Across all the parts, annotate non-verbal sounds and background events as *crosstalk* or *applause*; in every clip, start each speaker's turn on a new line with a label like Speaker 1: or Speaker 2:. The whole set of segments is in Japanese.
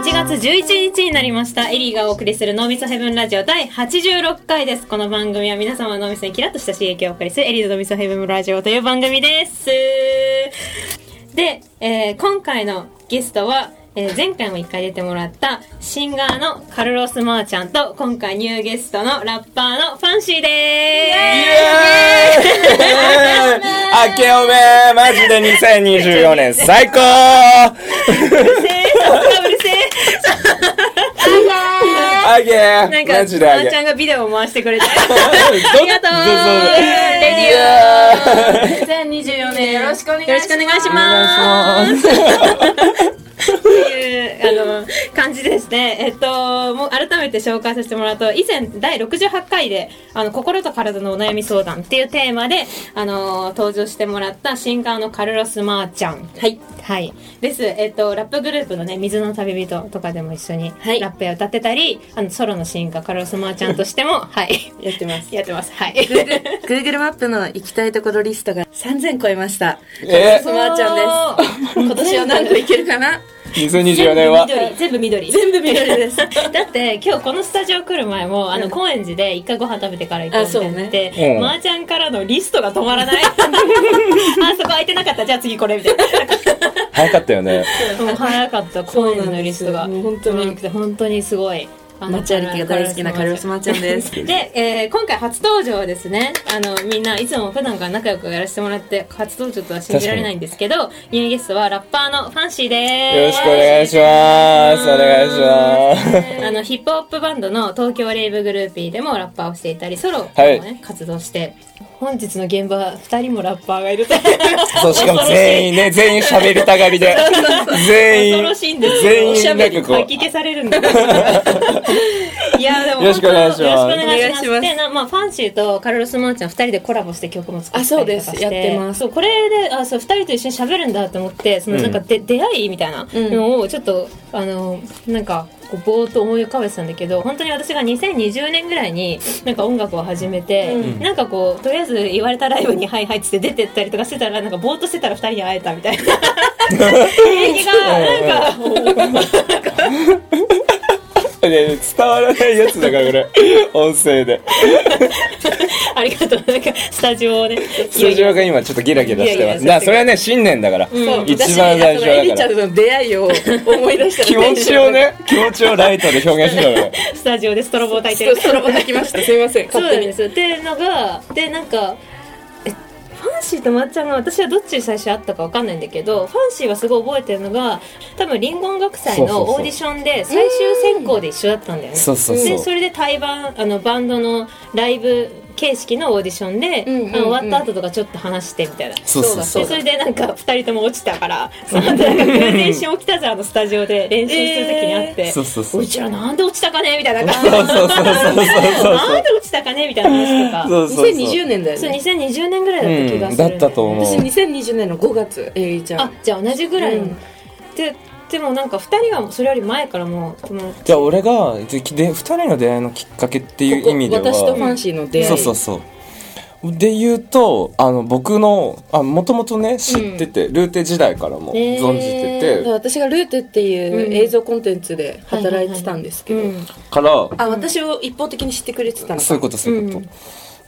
Speaker 1: 11日になりましたエリーがお送りする脳みそヘブンラジオ第86回ですこの番組は皆様の脳みそにキラッとした刺激をお送りするエリーの脳みそヘブンラジオという番組ですで、えー今回のゲストは、えー前回も一回出てもらったシンガーのカルロス・マーちゃんと今回ニューゲストのラッパーのファンシーで
Speaker 2: イ *laughs*
Speaker 1: す
Speaker 2: エーイ明けおめマジで2024年最高
Speaker 1: うるせえうるせえ
Speaker 2: あげ
Speaker 1: な
Speaker 2: ー
Speaker 1: ん
Speaker 2: マ
Speaker 1: か、
Speaker 2: ジであ
Speaker 1: ま
Speaker 2: げ
Speaker 1: ーちゃんがビデオを回してくれて。
Speaker 2: あ
Speaker 1: ありがとうレディオ2024年
Speaker 3: よろしくお願いします
Speaker 1: よろしくお願いします
Speaker 2: お願いします
Speaker 1: っていう、あの、
Speaker 3: *laughs*
Speaker 1: 感じですね。えっと、もう改めて紹介させてもらうと、以前第68回で、あの、心と体のお悩み相談っていうテーマで、あの、登場してもらったシンガーのカルロス・マーちゃん。はい。はい。です。えっと、ラップグループのね、水の旅人とかでも一緒に、
Speaker 3: はい
Speaker 1: ラップや歌ってたり、あの、ソロのシンガーカルロス・マーちゃんとして
Speaker 3: *laughs*
Speaker 1: も、はい。
Speaker 3: やってます。
Speaker 1: やってます。はい。
Speaker 3: *laughs* Google マップの行きたいところリストが3000超えました。
Speaker 2: え
Speaker 3: そばあちゃん
Speaker 1: *laughs*
Speaker 3: です。今年は何個行けるかな
Speaker 2: 2024年は
Speaker 1: 全部緑。全部緑。全部緑
Speaker 3: *laughs*
Speaker 1: です。だって今日このスタジオ来る前も、あの、高円寺で一回ご飯食べてから行こうってなって、
Speaker 2: あそうねうん
Speaker 1: まーちゃんからのリストが止まら
Speaker 3: *laughs*
Speaker 1: ない。あ、そこ空いてなかった。じゃあ次これみたいな。
Speaker 3: *laughs*
Speaker 2: 早かったよね
Speaker 1: もう早かった、高円寺のリストが。
Speaker 3: そうなんですよもう本当に
Speaker 1: 長くて本当にすごい。あの
Speaker 3: 街歩きが大好きなカルロスマーちゃんです。
Speaker 1: *laughs* で、えー今回初登場はですね、あの、みんないつも普段から仲良くやらせてもらって、初登場とは信じられないんですけど、ニューゲストはラッパーのファンシーです。
Speaker 2: よろしくお願いしますお願いします
Speaker 1: あのヒップホップバンドの東京レイブグルーピーでもラッパーをしていたりソロもね、
Speaker 2: はい
Speaker 1: 活動して本日の現場は2人もラッパーがいると
Speaker 2: そうしかも全員ね全員喋りたがりで全員
Speaker 1: 恐ろしいんです
Speaker 2: 全員
Speaker 1: おしゃべり
Speaker 2: なんかこう
Speaker 1: かき消されるんだ
Speaker 2: *laughs*
Speaker 1: いやでも
Speaker 2: よろしくお願いします
Speaker 1: よろくお願いします
Speaker 3: お願いします
Speaker 1: でな、まあ、ファンシーとカルロス・マーチャン2人でコラボして曲も作ったりとかして
Speaker 3: あそうですやってます
Speaker 1: そうこれであそう2人と一緒に喋るんだと思ってそのなんかで、出会いみたいなのをちょっとあのなんかこうぼーっと思い浮かべてたんだけど本当に私が2020年ぐらいになんか音楽を始めて、なんかこうとりあえず言われたライブに「はいはい」っつって出てったりとかしてたらなんかぼーっとしてたら2人に会えたみ
Speaker 3: *laughs*
Speaker 1: たいな雰囲気がなんか。
Speaker 2: ね伝わらないやつだからこれ音声で
Speaker 1: *laughs* ありがとう。なんか、スタジオをね。
Speaker 2: 通常が今ちょっとギラギラしてます
Speaker 1: ギラギラしてる
Speaker 2: なそれはね新年だから、
Speaker 1: ん
Speaker 2: 一番最初
Speaker 3: エリ
Speaker 2: だ
Speaker 3: ちゃ
Speaker 2: か
Speaker 3: ん
Speaker 2: ら
Speaker 3: との出会いを思い出した
Speaker 2: 気持ちをね気持ちをライトで表現してたのよ
Speaker 1: スタジオでストロボを焚いて
Speaker 3: そう
Speaker 1: る。
Speaker 3: そろばきました。すいません。
Speaker 1: そう
Speaker 3: 勝
Speaker 1: なん
Speaker 3: 手
Speaker 1: で
Speaker 3: に。
Speaker 1: すよ。っていうのが、で、なんか、えファンシーとまっちゃんが私はどっちに最初会ったかわかんないんだけどファンシーはすごい覚えてるのが多分リンゴ音楽祭
Speaker 2: そうそう
Speaker 1: の
Speaker 2: そう
Speaker 1: オーディションで最終選考で一緒だったんだよね
Speaker 2: そうそうそう
Speaker 1: でそれで対バンあのバンドのライブ形式のオーディションで、
Speaker 3: うんうんうん
Speaker 1: あの終わった後とかちょっと話してみたいな
Speaker 2: そうそうそう
Speaker 1: でそれでなんか2人とも落ちたからその後なんかプレゼンション起きたじゃんあのスタジオで練習してる時にあって、
Speaker 2: そうそうそう
Speaker 1: うちらなんで落ちたかねみたいな感じ
Speaker 2: そうそうそうそうそ
Speaker 1: なん
Speaker 2: う
Speaker 1: で落ちたかねみたいな話とか
Speaker 2: そうそうそう
Speaker 3: 2020年だよ
Speaker 1: そう
Speaker 3: ね。
Speaker 1: 2020年ぐらいだった気がする、
Speaker 2: うんだったと思う
Speaker 3: 私2020年の5月、エリちゃ
Speaker 1: あ
Speaker 3: ん。
Speaker 1: じゃあ同じぐらいの、
Speaker 3: うん
Speaker 1: ででもなんか2人はそれより前からもう友達
Speaker 2: じゃあ俺がでで2人の出会いのきっかけっていう意味では
Speaker 3: ここ私とファンシーの出会い。
Speaker 2: そうそうそうで言うとあの僕のもともとね知ってて、ルーテ時代からも
Speaker 1: へー
Speaker 2: 存じて
Speaker 3: だ
Speaker 2: て、
Speaker 3: から私がルーテっていう映像コンテンツで働いてたんですけど、
Speaker 1: うん
Speaker 2: から
Speaker 3: あ私を一方的に知ってくれてたのか
Speaker 2: そういうことそういうこと、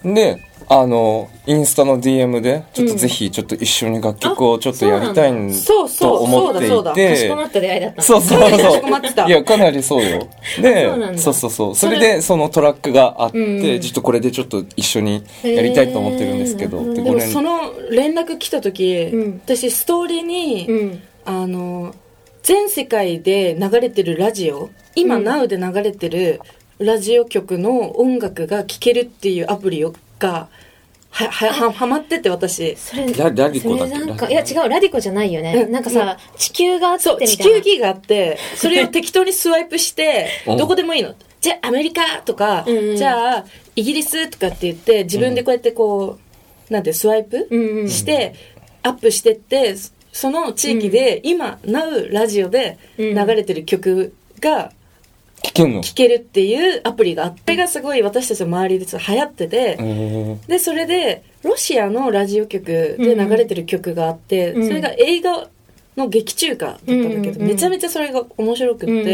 Speaker 2: であのインスタの DM でちょっとぜひちょっと一緒に楽曲をちょっとやりたいん
Speaker 3: あそうなんだ
Speaker 2: と思って
Speaker 3: そうそうそう
Speaker 2: い
Speaker 3: だ
Speaker 1: かし
Speaker 2: て
Speaker 1: こまった出会いだった
Speaker 2: そうそう
Speaker 3: か
Speaker 2: そ
Speaker 3: しこまってた
Speaker 2: ういやかなりそうよで
Speaker 1: そうなんだ
Speaker 2: そうそうそうそれでそのトラックがあっ
Speaker 1: うんう
Speaker 2: て
Speaker 1: ん
Speaker 2: ちょっとこれでちょっと一緒にやりたいと思ってるんですけど
Speaker 1: へー
Speaker 2: って
Speaker 3: で
Speaker 2: ご
Speaker 3: も
Speaker 2: 連
Speaker 3: その連絡来た時、
Speaker 1: うん
Speaker 3: 私ストーリーに、
Speaker 1: うん
Speaker 3: あの全世界で流れてるラジオ今、
Speaker 1: うん
Speaker 3: NOW で流れてるラジオ局の音楽が聴けるっていうアプリがははははまってて私
Speaker 1: それ
Speaker 2: ララディコだっけ
Speaker 1: それなん
Speaker 2: ラ
Speaker 1: かい
Speaker 2: デ
Speaker 1: や
Speaker 2: ィコ
Speaker 1: 違うラディコじゃないよね、
Speaker 3: うん
Speaker 1: なんかさ地球があって
Speaker 3: そう
Speaker 1: みたい
Speaker 3: 地
Speaker 1: な
Speaker 3: 球儀があ
Speaker 1: *laughs*
Speaker 3: ってそれを適当にスワイプして
Speaker 2: うん
Speaker 3: どこでもいいのじゃあアメリカとか、
Speaker 1: うんうん
Speaker 3: じゃあイギリスとかって言って自分でこうやってこう、なんてスワイプ、
Speaker 1: うんうん
Speaker 3: して、アップしてってそその地域で、今 NOW ラジオで流れてる曲が
Speaker 2: 聞けんの
Speaker 3: 聴けるっていうアプリがあって、それがすごい私たちの周りでちょっと流行ってて、
Speaker 2: えー
Speaker 3: でそれでロシアのラジオ局で流れてる曲があって、
Speaker 1: うん
Speaker 3: それが映画の劇中歌だったんだけ
Speaker 1: う
Speaker 3: ど、
Speaker 1: んうんうん
Speaker 3: めちゃめちゃそれが面白くって、
Speaker 1: うん
Speaker 2: う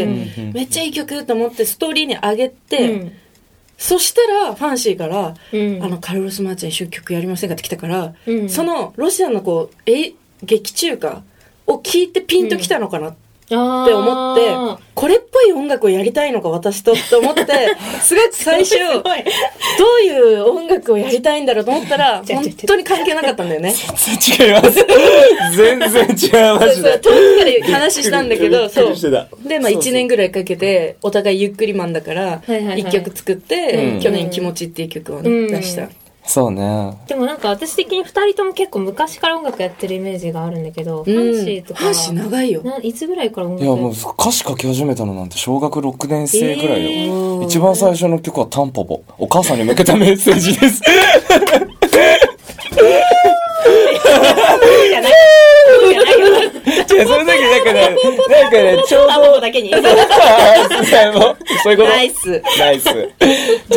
Speaker 2: ん
Speaker 3: めっちゃいい曲と思ってストーリーに上げて、
Speaker 1: うん
Speaker 3: そしたらファンシーから、
Speaker 1: うん
Speaker 3: あのカルロス・マーチン一緒に曲やりませんかって来たから、
Speaker 1: うん
Speaker 3: そのロシアのこうえ劇中歌を聞いてピンときたのかなって
Speaker 1: っ
Speaker 3: 思って、これっぽい音楽をやりたいのか私とって思ってすごく最初
Speaker 1: すごい
Speaker 3: どういう音楽をやりたいんだろうと思ったら
Speaker 1: 違う違う違う
Speaker 3: 本当に関係なかったんだよね。
Speaker 2: 違います。全然違う、マジで。
Speaker 3: そうそう遠くから話したんだけど
Speaker 2: びっく
Speaker 3: そう
Speaker 2: りしてた
Speaker 3: で、まあ、
Speaker 2: そうそう
Speaker 3: 1年ぐらいかけてお互いゆっくりマンだから
Speaker 1: いはいはい
Speaker 3: 1曲作って、
Speaker 2: うん
Speaker 3: 去年「気持ち」っていう曲をね、
Speaker 1: うん
Speaker 3: 出した、
Speaker 2: そうね。
Speaker 1: でもなんか私的に2人とも結構昔から音楽やってるイメージがあるんだけど、ファンシーとか
Speaker 3: ファンシー長いよ
Speaker 1: ないつぐらいから音
Speaker 2: い
Speaker 1: 楽
Speaker 2: や、
Speaker 1: や
Speaker 2: もう
Speaker 1: って
Speaker 2: 歌詞書き始めたのなんて小学6年生ぐらいよ。
Speaker 1: え
Speaker 3: ー
Speaker 2: 一番最初の曲はタンポポ。お母さんに向けたメッセー
Speaker 1: *laughs*
Speaker 2: ジです。
Speaker 1: *laughs* るじゃないそうじゃないよ
Speaker 2: 違う、その時なんかね、なんかね、ちょうど、
Speaker 1: タバコだけに
Speaker 2: あーすいませんもうそういうこと。
Speaker 3: ナイス
Speaker 2: ナイス。じ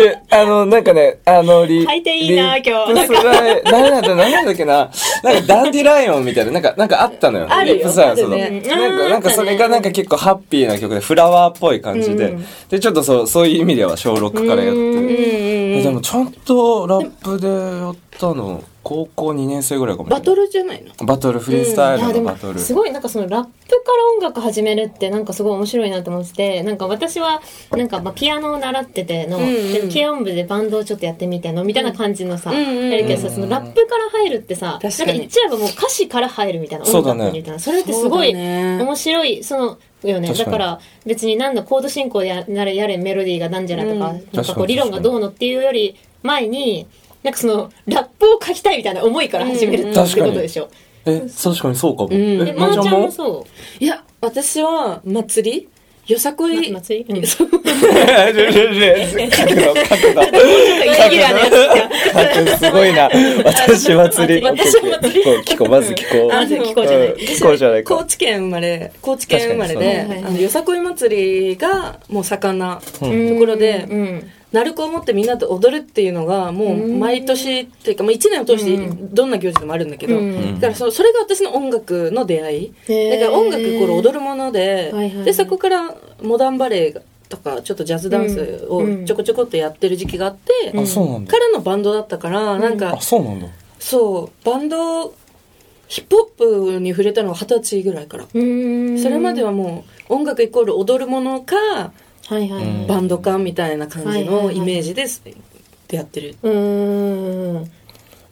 Speaker 2: ゃ、あの、なんかね、あの、リ
Speaker 1: 履いていいな
Speaker 2: リ
Speaker 1: 今日
Speaker 2: リップスライ何なんだ、何なんだっけな。なんかダンディライオンみたいな、なんか、なんかあったのよ。
Speaker 3: あるよ
Speaker 2: リップスライオンその、
Speaker 3: ある
Speaker 1: ね
Speaker 2: なん
Speaker 1: あー
Speaker 2: か、なんかそれがなんか結構ハッピーな曲で、フラワーっぽい感じで。
Speaker 1: うん
Speaker 2: で、ちょっとそう、そういう意味では小6からやっ
Speaker 1: う
Speaker 2: て
Speaker 1: ん
Speaker 2: る。
Speaker 3: うんうん
Speaker 2: え
Speaker 3: うん
Speaker 2: でもちゃんとラップでやったの、高校2年生ぐらいかもしれな
Speaker 3: バ
Speaker 2: い。
Speaker 3: トルじゃないの
Speaker 2: バトル、フリースタイ
Speaker 1: いやで
Speaker 2: ルの
Speaker 1: も
Speaker 2: バトル。
Speaker 1: すごいなんかそのラップから音楽始めるってなんかすごい面白いなと思っててなんか私はなんかまあピアノを習ってての、
Speaker 3: うんうん
Speaker 1: で軽音部でバンドをちょっとやってみてのみたいな感じのさ、
Speaker 3: うんうんうん
Speaker 1: やるけどさそのラップから入るってさ
Speaker 3: 確か
Speaker 1: なん
Speaker 3: に
Speaker 1: か言っちゃえばもう歌詞から入るみたいな
Speaker 2: そうだ
Speaker 1: 音
Speaker 2: ね
Speaker 1: 楽みたいなそれってすごい
Speaker 3: そうだね
Speaker 1: 面白いそのよね
Speaker 2: 確か
Speaker 1: だ
Speaker 2: に
Speaker 1: から別に何のコード進行やなれやれメロディーがなんじゃらとか、
Speaker 3: うん
Speaker 1: なんかこう
Speaker 2: 確かに確かに
Speaker 1: 理論がどうのっていうより前になんかそのラップを書きたいみたいな思いから始めるってことでしょ、
Speaker 2: え、確かにそうかも。
Speaker 3: ん
Speaker 1: で
Speaker 2: え、
Speaker 1: ま
Speaker 2: まー
Speaker 1: ー
Speaker 2: ち
Speaker 1: ち
Speaker 2: ゃん
Speaker 1: ゃんも
Speaker 2: も
Speaker 1: そう
Speaker 3: いや私は祭りよさこい、
Speaker 1: ま祭り、
Speaker 3: そう
Speaker 2: えちょちょちょ角度、角度。角度すごいな。私祭り。
Speaker 1: 私祭り
Speaker 2: こう聞こう、まず聞こう。
Speaker 1: あ
Speaker 3: でも
Speaker 1: 聞こうじゃない、
Speaker 2: うん聞こうじゃない
Speaker 3: 高
Speaker 2: か。
Speaker 3: 知県生まれ高知県生まれ
Speaker 2: 確
Speaker 1: かにそう
Speaker 3: であのよさこい祭りがもう盛んな
Speaker 2: うん
Speaker 3: ところで
Speaker 1: うんうん
Speaker 3: 鳴子を持ってみんなで踊るっていうのがもう毎年っていうか、まあ、1年を通して
Speaker 1: うん
Speaker 3: どんな行事でもあるんだけど、
Speaker 1: うん
Speaker 3: だからそそれが私の音楽の出会い
Speaker 1: へ
Speaker 3: だ
Speaker 1: ー
Speaker 3: から音楽イコール踊るもので,、
Speaker 1: はいはいはい
Speaker 3: でそこからモダンバレエとかちょっとジャズダンス
Speaker 1: うん
Speaker 3: をちょこちょこっとやってる時期があって、
Speaker 1: うん
Speaker 2: あ、そうなんだ
Speaker 3: か。らのバンドだったからなんか、
Speaker 2: あ、そうなんだ。
Speaker 3: そうバンドヒップホップに触れたのは二十歳ぐらいから、
Speaker 1: うん
Speaker 3: それまではもう音楽イコール踊るものか
Speaker 1: はいはいはい
Speaker 3: バンドかみたいな感じ
Speaker 1: はいはい
Speaker 3: の
Speaker 1: はい
Speaker 3: イメージです、でやってる
Speaker 1: うん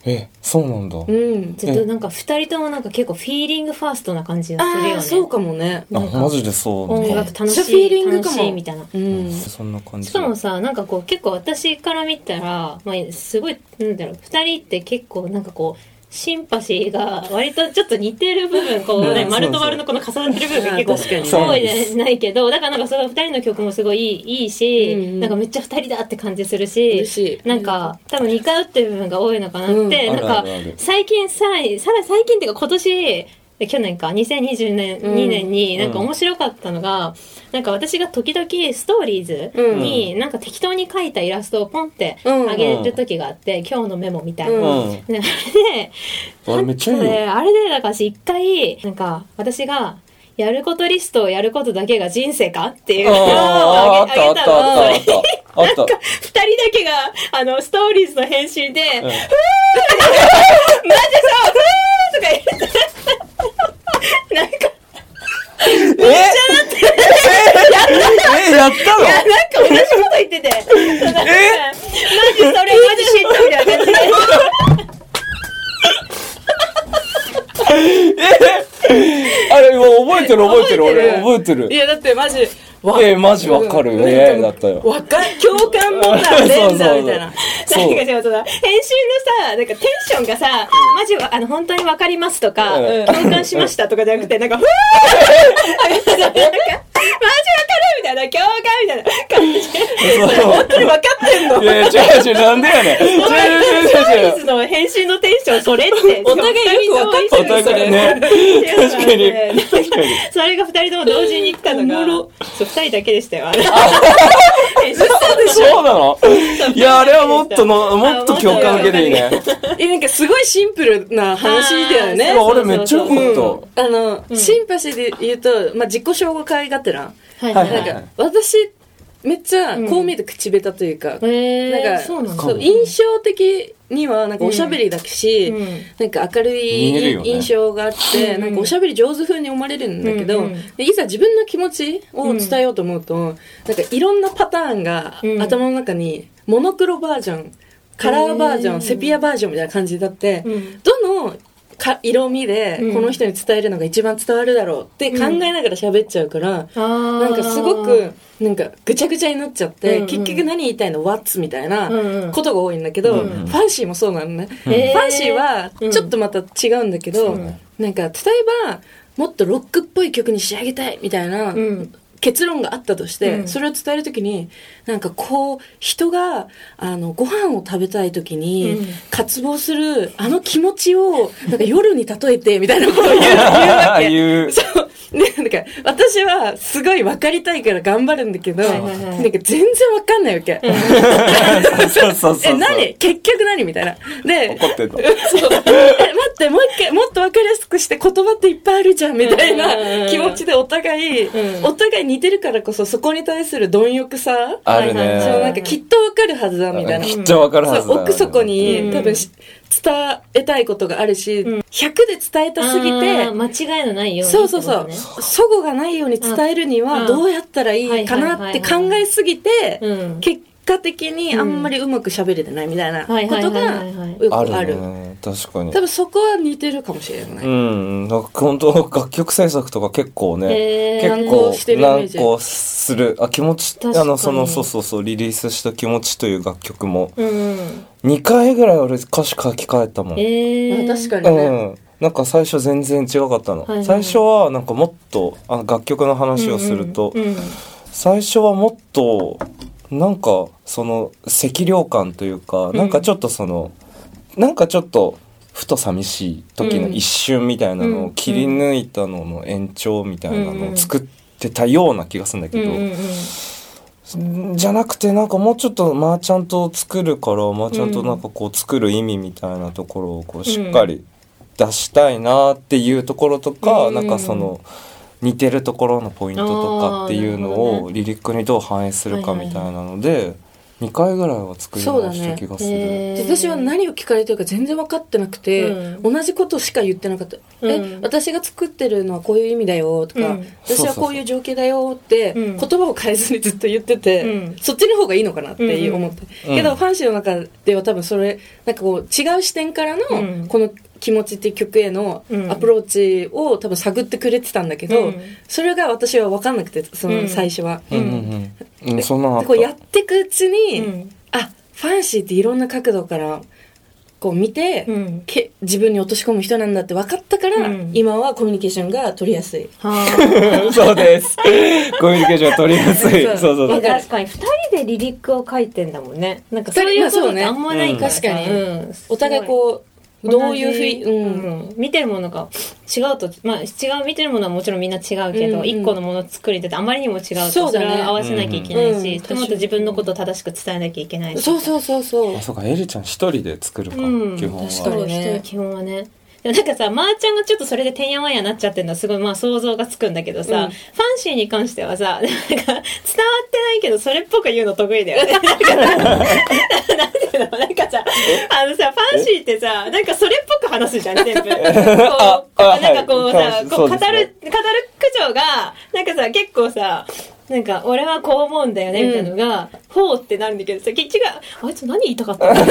Speaker 2: え、そうなんだ。
Speaker 3: うん
Speaker 1: ずっとなんか二人ともなんか結構フィーリングファーストな感じがするよね
Speaker 3: ああそうかもね
Speaker 2: あ、
Speaker 1: なんか
Speaker 2: マジでそうなん
Speaker 1: 音
Speaker 2: だ
Speaker 1: 楽楽し
Speaker 3: めっちゃフィーリ
Speaker 1: い
Speaker 3: ング
Speaker 1: 楽
Speaker 3: かも
Speaker 1: しいみたいな
Speaker 3: う
Speaker 2: うんんそんな感じ。
Speaker 1: しかもさなんかこう結構私から見たら、まあ、すごいなんだろう2人って結構なんかこうシンパシーが割とちょっと似てる部分こう、ね、
Speaker 2: うん
Speaker 1: 丸と丸のこの重なってる部分が結構
Speaker 3: そうそう
Speaker 2: 確かに
Speaker 1: 多いじゃないけどだからなんかその2人の曲もすごいいいいいし、
Speaker 3: うんうん
Speaker 1: なんかめっちゃ2人だって感じする
Speaker 3: 嬉
Speaker 1: し
Speaker 3: しい
Speaker 1: なんか多分似通ってる部分が多いのかなって、
Speaker 2: う
Speaker 1: な
Speaker 2: ん
Speaker 1: ん
Speaker 2: あるあ
Speaker 1: か
Speaker 2: るある
Speaker 1: 最近さらにさら最近っていうか今年え去年か2020年、
Speaker 3: うん
Speaker 1: 2年になんか面白かったのが、なんか私が時々ストーリーズになんか適当に描いたイラストをポンって
Speaker 3: うん
Speaker 1: あげる時があって、今日のメモみたいな。
Speaker 3: う
Speaker 2: うん。
Speaker 1: *laughs* であれで
Speaker 2: あれめっちゃいいよ。
Speaker 1: であれでだから私一回なんか私がやることリストをやることだけが人生かっていうのを
Speaker 2: あ
Speaker 1: あ
Speaker 2: ー
Speaker 1: げあ
Speaker 2: あ
Speaker 1: げ
Speaker 2: った
Speaker 1: た
Speaker 2: あ
Speaker 1: の
Speaker 2: っ。たあったあった。あった。
Speaker 1: 二人だけがあのストーリーズの編集で「ふー!」マジさ「ふー!」とか言ってなんか
Speaker 2: ええ *laughs* え *laughs* やった
Speaker 1: あ
Speaker 2: の
Speaker 1: なんか同じこと言ってて「なんかマジそれマジシット」みたいな感じで
Speaker 2: あれ、もう覚えてる覚えてる。
Speaker 3: 覚えてる
Speaker 2: 俺覚えてる
Speaker 3: い。やだってマジわ
Speaker 2: えー、マジわかるよ。えーだったよ。
Speaker 3: わか共感ボタン連打みた *laughs* いな
Speaker 2: そう
Speaker 1: なんかそうそうだ編集のさなんかテンションがさ「マジはあの本当にわかります」とか「
Speaker 2: うん
Speaker 1: 共感しました」とかじゃなくてなんか「ふー!」なんかみたいな、共感みたいな感じで。
Speaker 2: そう
Speaker 3: 分かってんの
Speaker 2: いやいや違う違うなんでや
Speaker 3: *laughs*
Speaker 2: ねん違う違う違う違
Speaker 1: そうの返信のテンションそれって。
Speaker 3: お互いよくわかって
Speaker 2: お
Speaker 3: るそれ
Speaker 2: 互いね確かに確かに
Speaker 1: それが二人とも同時に来たのが、そう二人だけでしたよ。あれ編集
Speaker 2: そうなのいやあれはもっとのもっと共感受けでいいね
Speaker 3: えなんかすごいシンプルな話だよ
Speaker 1: あ
Speaker 2: で
Speaker 1: ー
Speaker 3: ね
Speaker 2: も俺めっちゃよかった、
Speaker 3: あの、シンパシーで言うと、まあ、自己紹介がてら、
Speaker 1: はい
Speaker 2: はい
Speaker 3: なんか、私、めっちゃ、こう見えて口下手というか、
Speaker 1: え
Speaker 3: なんか、
Speaker 1: そうなんだ
Speaker 2: そう
Speaker 3: 印象的には、なんかおしゃべりだし、
Speaker 1: うん
Speaker 3: なんか明る
Speaker 2: 見える
Speaker 3: い
Speaker 2: よね
Speaker 3: 印象があって、
Speaker 1: うん
Speaker 3: なんかおしゃべり上手風に思われるんだけど、
Speaker 1: うんうん
Speaker 3: でいざ自分の気持ちを伝えようと思うと、なんかいろんなパターンが
Speaker 1: うん
Speaker 3: 頭の中に、モノクロバージョン、カラーバージョン、
Speaker 1: うん
Speaker 3: セピアバージョンみたいな感じだって、
Speaker 1: うん
Speaker 3: どのか色味
Speaker 1: う
Speaker 3: で
Speaker 1: ん
Speaker 3: この人に伝えるのが一番伝わるだろうって考えながら喋っちゃうから、
Speaker 1: あー
Speaker 3: なんかすごくなんかぐちゃぐちゃになっちゃっ
Speaker 1: う
Speaker 3: て、
Speaker 1: んうん
Speaker 3: 結局何言いたいの「What's」みたいな
Speaker 1: うんうん
Speaker 3: ことが多いんだけど、
Speaker 1: うん
Speaker 2: うん
Speaker 3: ファンシーもそうなのね、
Speaker 1: うんへー
Speaker 3: ファンシーはちょっとまた違うんだけど、
Speaker 2: うんそう
Speaker 3: なんか例えばもっとロックっぽい曲に仕上げたいみたい
Speaker 1: う
Speaker 3: な、
Speaker 1: ん
Speaker 3: 結論があったとして、
Speaker 1: うん
Speaker 3: それを伝えるときになんかこう人があのご飯を食べたいときに、
Speaker 1: うん
Speaker 3: 渇望するあの気持ちをなんか夜に例えてみたいなことを言う言うわ
Speaker 2: *laughs*
Speaker 3: け
Speaker 2: 言う
Speaker 3: そう。 *laughs* ね、なんか、私はすごい分かりたいから頑張るんだけど、
Speaker 1: はいはいはい
Speaker 3: なんか全然分かんないわけ。
Speaker 2: そうそうそうそう
Speaker 3: え、何結局何みたいな。で、
Speaker 2: 怒ってんの
Speaker 3: そう。え、待って、もう一回、もっと分かりやすくして言葉っていっぱいあるじゃん、みたい
Speaker 1: うんうんう
Speaker 3: なん気持ちでお互い、
Speaker 1: うん
Speaker 3: お互い似てるからこそそこに対する貪欲さ、
Speaker 2: あ
Speaker 1: はい
Speaker 2: る
Speaker 1: はい
Speaker 2: ね
Speaker 3: そう、なんかきっと分かるはずだ、みたいな。
Speaker 2: きっとわかるはずだ
Speaker 3: そ
Speaker 2: よ
Speaker 3: う
Speaker 2: ね
Speaker 3: 奥底に、
Speaker 1: うん
Speaker 3: 多分し伝えたいことがあるし、100で伝えたすぎて、
Speaker 1: あー間違いのないようにってこ
Speaker 3: そ
Speaker 1: と
Speaker 3: うそう
Speaker 1: ね。
Speaker 3: そう。そごがないように伝えるに
Speaker 1: うん
Speaker 3: はどうやったらいいかなって考えすぎて
Speaker 1: うん、
Speaker 3: 結果的にあんまりうまく喋れてないみたいな
Speaker 1: はい
Speaker 3: こ
Speaker 1: はい
Speaker 3: と
Speaker 1: はい
Speaker 3: が
Speaker 1: はいはい
Speaker 3: よく
Speaker 2: ある
Speaker 3: ある。
Speaker 2: ね確かに
Speaker 3: 多分そこは似てるかもしれない。
Speaker 2: うん、なんか本当楽曲制作とか結構
Speaker 1: へ
Speaker 2: ね、
Speaker 1: ー
Speaker 2: 結
Speaker 3: 難航して
Speaker 2: 構
Speaker 3: るイメー
Speaker 2: 難
Speaker 3: ジ
Speaker 2: 航するあ気持ち
Speaker 1: 確かに
Speaker 2: あのそのそうそうそうリリースした気持ちという楽曲も
Speaker 1: うん。
Speaker 2: 2回ぐらい俺歌詞書き換えたもん、
Speaker 1: えー。
Speaker 3: まあ確かに
Speaker 2: う
Speaker 3: ね。
Speaker 2: んなんか最初全然違かったの、
Speaker 1: はいはい
Speaker 2: 最初はなんかもっとあ楽曲の話をすると、
Speaker 1: うんうん
Speaker 2: 最初はもっとなんかその赤涼感というか、
Speaker 1: ん
Speaker 2: なんかちょっとそのなんかちょっとふと寂しい時の一瞬みたいなの
Speaker 1: う
Speaker 2: を
Speaker 1: ん
Speaker 2: 切り抜いたのの延長みたいなのを作ってたような気がするんだ
Speaker 1: うん
Speaker 2: けど、
Speaker 1: うんうん
Speaker 2: じゃなくてなんかもうちょっとまーちゃんと作るからまーちゃんとなんかこう作る意味みたいなところをこうしっかり出したいなっていうところとか、
Speaker 1: うん
Speaker 2: なんかその似てるところのポイントとかっていう
Speaker 1: あーなる
Speaker 2: の
Speaker 1: ほど
Speaker 2: をリリックにどう反映するかみたいなので2回ぐらいは作り直した気がする。
Speaker 1: そうだねへー
Speaker 3: 私は何を聞かれてるか全然分かってなくて、
Speaker 1: う
Speaker 3: 同じことしか言ってなかった、
Speaker 1: うん
Speaker 3: え私が作ってるのはこういう意味だよとか、
Speaker 1: うん
Speaker 3: 私はこういう情景だよって
Speaker 1: う
Speaker 3: 言
Speaker 1: ん
Speaker 3: 葉を変えずにずっと言ってて、
Speaker 1: うん
Speaker 3: そっちの方がいいのかなっていう思って、
Speaker 2: うん
Speaker 3: け
Speaker 2: う
Speaker 3: ど
Speaker 2: ん
Speaker 3: ファンシーの中では多分それなんかこう違う視点から
Speaker 1: うん
Speaker 3: のこの気持ちっていう曲への
Speaker 1: うん
Speaker 3: アプローチを多分探ってくれてたんだけど、
Speaker 1: うん
Speaker 3: それが私は分かんなくてそ
Speaker 1: うん
Speaker 3: の最初は。
Speaker 2: うんうんうんうん、そんなのあ
Speaker 3: で
Speaker 2: っ
Speaker 3: こ
Speaker 2: た
Speaker 3: うやっていくうちに、
Speaker 1: うん
Speaker 3: あファンシーっていろんな角度からこう見て、
Speaker 1: うん
Speaker 3: け自分に落とし込む人なんだって分かったから、
Speaker 1: うん
Speaker 3: 今はコミュニケーションが取りやすい。
Speaker 1: は
Speaker 2: *laughs* そ
Speaker 1: *laughs*
Speaker 2: うです。コミュニケーション取りやすい。
Speaker 3: そう
Speaker 2: そうそうそう
Speaker 1: あ、確かに二人でリリックを書いてんだもんね。なんかそういうことってあんまないからさ
Speaker 3: まあそうね
Speaker 1: うん
Speaker 3: お互いこうどういうふい、うん
Speaker 1: うん見てるものが違うとまあ違う見てるものはもちろんみんな違うけど、
Speaker 3: うんうん
Speaker 1: 一個のものを作りててあまりにも違うと
Speaker 3: そうだね
Speaker 1: れは合わせなきゃいけないし、
Speaker 3: うん
Speaker 1: でもっと自分のことを正しく伝えなきゃいけないし
Speaker 3: そうそうそうそう
Speaker 2: あ、そうか、エリちゃん一人で作るか、
Speaker 1: うん
Speaker 2: 基本
Speaker 3: 確
Speaker 2: は
Speaker 3: か。
Speaker 1: そう
Speaker 3: にね
Speaker 1: 人の基本はねでもなんかさまー、ちゃんがちょっとそれでてんやわんやなっちゃってるのはすごいまあ想像がつくんだけどさ、
Speaker 3: う
Speaker 1: ファ
Speaker 3: ん
Speaker 1: ンシーに関してはさなんか伝わってないけどそれっぽく言うの得意だよねなんかさなんていうのなんかさあのさファンシーってさなんかそれっぽく話すじゃん全部こう
Speaker 2: あ
Speaker 1: なんかこうさ、
Speaker 2: はい
Speaker 1: こう語
Speaker 2: そうですね
Speaker 1: る語る口調がなんかさ結構さなんか、俺はこう思うんだよね、みたいなのが、ほうってなるんだけどさ、結局は、あいつ何言いたかったの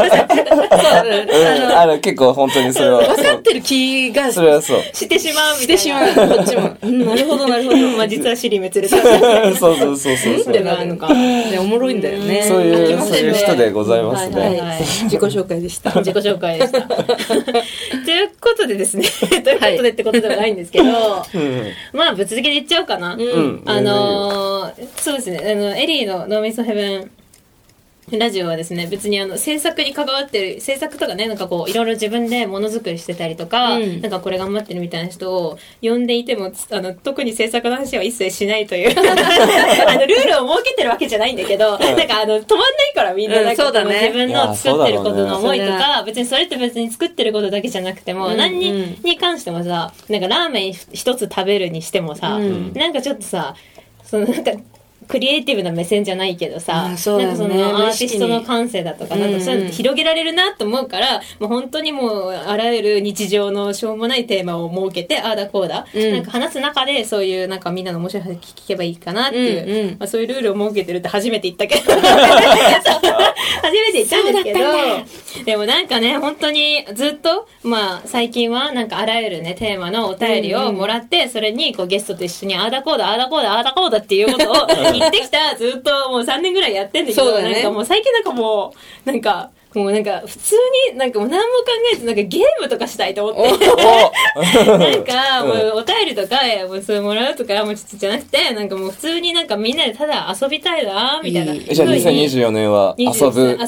Speaker 2: うん、あの結構本当にそれは
Speaker 3: 分かってる気が
Speaker 2: それはそう *laughs*
Speaker 1: してしまうみ
Speaker 3: した
Speaker 1: いな。
Speaker 3: てしまう、こっちも。うんなるほど、なるほど。
Speaker 1: まあ実は尻滅裂。
Speaker 2: *laughs* そうそうそうそう
Speaker 3: っ
Speaker 2: そう
Speaker 3: てなるのか。ねおもろいんだよね。
Speaker 2: そう
Speaker 1: あ
Speaker 2: い
Speaker 1: り
Speaker 2: う
Speaker 1: ま
Speaker 2: そう
Speaker 1: す
Speaker 2: い
Speaker 1: よ
Speaker 2: う
Speaker 1: ね
Speaker 2: 人でございますね、
Speaker 1: はい
Speaker 3: はい。自己紹介
Speaker 1: *laughs*
Speaker 3: でした。
Speaker 1: 自己紹介でした。ということでですね、ということでってことではないんですけど、
Speaker 2: うん
Speaker 1: まあぶつけで言っちゃおうかな。
Speaker 2: ん
Speaker 1: あのーそうですね、あの、エリーの脳みそヘブン。ラジオはですね、別にあの、制作に関わってる、制作とかね、なんかこう、いろいろ自分でものづくりしてたりとか、
Speaker 3: うん
Speaker 1: なんかこれ頑張ってるみたいな人を呼んでいても、つあの、特に制作の話は一切しないという、 *laughs* あの、ルールを設けてるわけじゃないんだけど、なんかあの、止まんないからみんな、
Speaker 3: うん
Speaker 1: なんかこ
Speaker 3: そうだね
Speaker 1: 自分の作ってることの思いと
Speaker 3: いやそうだ
Speaker 1: か、別にそれって別に作ってることだけじゃなくても、
Speaker 3: うん
Speaker 1: 何に,、
Speaker 3: うん
Speaker 1: に関してもさ、なんかラーメン一つ食べるにしてもさ、
Speaker 3: うん
Speaker 1: なんかちょっとさ、そのなんか、クリエイティブな目線じゃないけどさ、
Speaker 3: あそうだ
Speaker 1: なん
Speaker 3: ね
Speaker 1: かそのアーティストの感性だとか、
Speaker 3: 無意
Speaker 1: なんか
Speaker 3: 識に
Speaker 1: そういうのって広げられるなと思うから、もう本当にもう、あらゆる日常のしょうもないテーマを設けて、ああだこうだ、
Speaker 3: うん
Speaker 1: なんか話す中で、そういうなんかみんなの面白い話聞けばいいかなっていう、
Speaker 3: うんうん
Speaker 1: まあ、そういうルールを設けてるって初めて言ったけ
Speaker 3: *laughs*
Speaker 1: ど、初めて言ったんですけ
Speaker 3: そうだったん
Speaker 1: ど、でもなんかね、本当にずっと、まあ最近はなんかあらゆるね、テーマのお便りをもらって、それにこうゲストと一緒にああだこうだ、ああだこうだ、ああだこうだっていう
Speaker 3: *laughs*
Speaker 1: ことを言ってきた、ずっともう3年ぐらいやってんだけ
Speaker 3: そう
Speaker 1: ど、
Speaker 3: だね
Speaker 1: なんかもう最近なんかもう、なんか、もうなんか普通になんかもう何も考えずなんかゲームとかしたいと思って。なんか、もう、お便りとか、もう、それもらうとか、もう、ちょっとじゃなくて、なんかもう、普通になんかみんなでただ遊びたいな、みたいな。
Speaker 3: いい
Speaker 2: じゃあ
Speaker 1: ふうに
Speaker 2: 2024年は遊ぶ
Speaker 1: 遊
Speaker 2: 遊
Speaker 1: び
Speaker 2: ぶ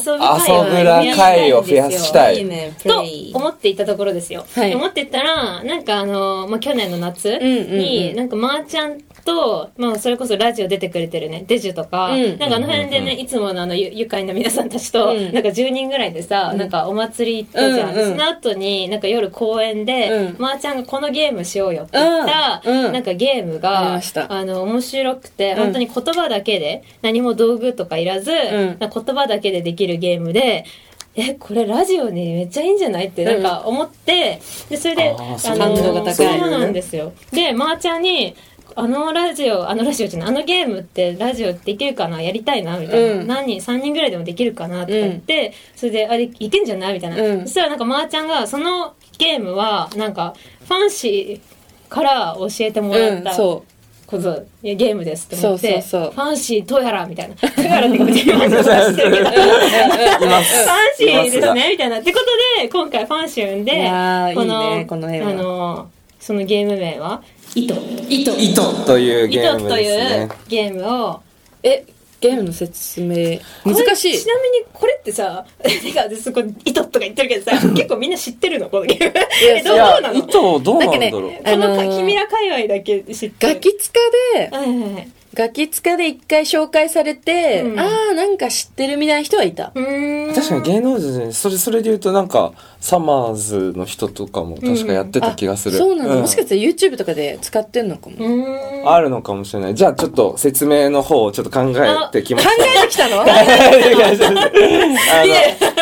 Speaker 1: 会
Speaker 2: ら会を増やした
Speaker 3: いい
Speaker 2: い
Speaker 3: ね、プ
Speaker 1: と
Speaker 3: レイ。
Speaker 1: 思っていたところですよ。
Speaker 3: はい
Speaker 1: 思ってたら、なんかあの、まあ、去年の夏
Speaker 3: んうんうん
Speaker 1: に、なんかまーちゃんと、まあ、それこそラジオ出てくれてるね、デジュとか、
Speaker 3: うん
Speaker 1: なんかあの辺でね、いつものあの、ゆ愉快な皆さんたちと、
Speaker 3: うん
Speaker 1: なんか10人ぐらいでさ、なんかお祭り行ったじゃん。
Speaker 3: うんうん
Speaker 1: その後に、なんか夜公園で、
Speaker 3: うん
Speaker 1: まーちゃんがこのゲームしようよって言った、
Speaker 3: うんうん
Speaker 1: なんかゲーム
Speaker 3: あり
Speaker 1: が
Speaker 3: ました、
Speaker 1: あの、面白くて、
Speaker 3: ん
Speaker 1: 本当に言葉だけで、何も道具とかいらず、
Speaker 3: ん
Speaker 1: なんか言葉だけでできるゲームで、え、これラジオにめっちゃいいんじゃないってなんか思って、で、それで、
Speaker 2: あーそう
Speaker 1: の
Speaker 3: 感度が高い
Speaker 1: そうなんですよ。で、まー、ちゃんに、あのラジオ、あのラジオじゃない、あのゲームってラジオできるかなやりたいなみたいな。
Speaker 3: うん
Speaker 1: 何人、3人ぐらいでもできるかなって言って、それで、あれ、いけんじゃないみたいな。
Speaker 3: うん
Speaker 1: そしたらなんかまー、ちゃんが、そのゲームは、なんか、ファンシーから教えてもらった。
Speaker 3: うん、そう。
Speaker 1: こといやゲームですって思って
Speaker 3: そうそうそう
Speaker 1: ファンシートやらみたいなトやらってこと今ちょっと出してるけどフ
Speaker 2: *laughs*
Speaker 1: ァンシーですねみたいなってことで今回ファンシーん
Speaker 3: い
Speaker 1: で
Speaker 3: やーいいねこの絵は
Speaker 1: あのそのゲーム名は「糸」
Speaker 3: 糸
Speaker 2: 糸という
Speaker 1: 糸
Speaker 2: ゲーム
Speaker 1: と
Speaker 2: です
Speaker 1: い
Speaker 2: ね
Speaker 1: うゲームを
Speaker 3: え、ゲームの説明、難し
Speaker 1: これ
Speaker 3: い
Speaker 1: ち。なみにこれってさなんか私そこ「糸」とか言ってるけどさ
Speaker 3: *laughs*
Speaker 1: 結構みんな知ってるのこのゲームえどうど
Speaker 2: い
Speaker 1: う
Speaker 2: や
Speaker 1: なのこ
Speaker 2: 糸どうなんだろう、
Speaker 3: なんかね
Speaker 1: の
Speaker 3: あのー
Speaker 1: 君ら界隈だけ知ってる
Speaker 3: ガキツカで、
Speaker 1: はいはいはい
Speaker 3: ガキツカで一回紹介されて、
Speaker 1: うん
Speaker 3: ああ、なんか知ってるみたいな人はいた。
Speaker 1: うーん
Speaker 2: 確かに芸能人それそれで言うとなんかサマーズの人とかも確かやってた気がする、
Speaker 3: あそうなの、もしか
Speaker 2: し
Speaker 3: したら YouTube とかで使ってんのかも。考
Speaker 1: うーん
Speaker 2: あるのかもしれないじゃあちょっと説明の方をちょっと考えてきました
Speaker 3: えてき
Speaker 1: *laughs*
Speaker 3: たの
Speaker 2: あの、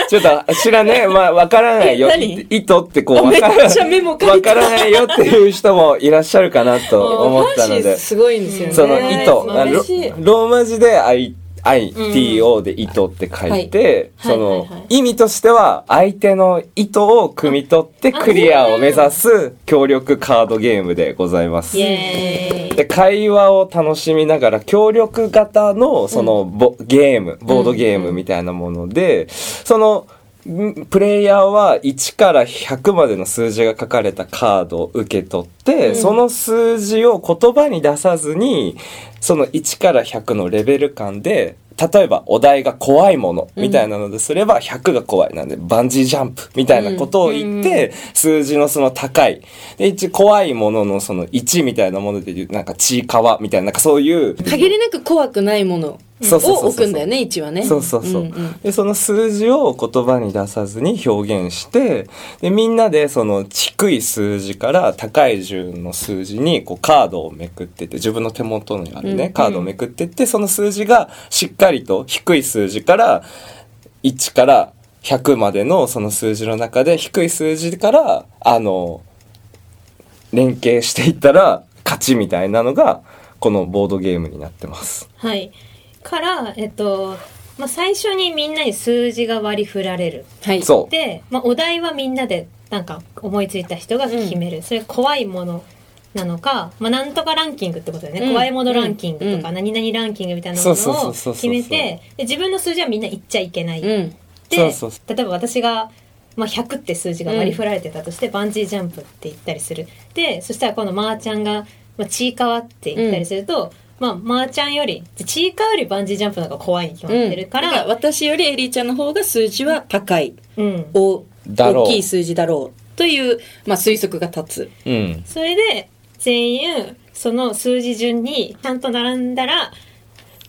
Speaker 2: ちょっと知らねえ、まあ、わからないよ。
Speaker 3: え何
Speaker 2: い糸ってこう、わ
Speaker 3: めっ
Speaker 2: から
Speaker 3: ちゃメモ書いて
Speaker 2: *laughs*
Speaker 3: た
Speaker 2: わからないよっていう人もいらっしゃるかなと思ったので、
Speaker 3: すごいんですよね。
Speaker 2: その糸、
Speaker 1: ね
Speaker 2: あのロ
Speaker 3: 嬉しい。
Speaker 2: ローマ字で I、ITO で糸って書いて、
Speaker 1: はい
Speaker 2: そ
Speaker 1: は
Speaker 2: の
Speaker 1: いはいはい、
Speaker 2: 意味としては、相手の意図を汲み取ってクリアを目指す協力カードゲームでございます
Speaker 1: イ。エーイ
Speaker 2: で会話を楽しみながら協力型のそのボ、ゲームボードゲームみたいなもので、そのんプレイヤーは1から100までの数字が書かれたカードを受け取って、その数字を言葉に出さずにその1から100のレベル感で例えばお題が怖いものみたいなのですれば100が怖いなんでバンジージャンプみたいなことを言って、数字のその高いで一怖いもののその1みたいなもので言うなんかちいかわみたいななんかそういう
Speaker 3: 限りなく怖くないもの
Speaker 2: そうそうそ
Speaker 3: を
Speaker 2: うそう
Speaker 3: 置くんだよね、1はね。
Speaker 2: そうそうそう。
Speaker 3: んん
Speaker 2: で、その数字を言葉に出さずに表現して、で、みんなでその低い数字から高い順の数字にこうカードをめくってって、自分の手元にあるね、カードをめくってって、その数字がしっかりと低い数字から1から100までのその数字の中で低い数字から、あの、連携していったら勝ちみたいなのが、このボードゲームになってます。
Speaker 1: はい。から、えっと、まあ、最初にみんなに数字が割り振られる。
Speaker 3: はい
Speaker 2: そう。
Speaker 1: で、まあ、お題はみんなで、なんか、思いついた人が決める。それ怖いものなのか、まあ、なんとかランキングってことだよね。
Speaker 3: うん
Speaker 1: 怖いものランキングとか、
Speaker 3: うん
Speaker 1: 何々ランキングみたいなも
Speaker 2: そうそう
Speaker 1: の
Speaker 2: そ
Speaker 1: を
Speaker 2: うそうそう
Speaker 1: 決めて、で自分の数字はみんな言っちゃいけない。
Speaker 3: うん
Speaker 1: で
Speaker 2: そうそうそ
Speaker 1: 例えば私が、まあ、100って数字が割り振られてたとして、バンジージャンプって言ったりするでそしたらこのまーちゃんが、まあ、ちいかわって言ったりすると、まあ、まーちゃんよりちいかわよりバンジージャンプの方が怖いに決まってるか
Speaker 3: だ
Speaker 1: ら、うん
Speaker 3: 私よりエリーちゃんの方が数字は高いお
Speaker 2: だろう
Speaker 3: 大きい数字だろうという、まあ、推測が立つ
Speaker 2: うん。
Speaker 1: それで全員その数字順にちゃんと並んだら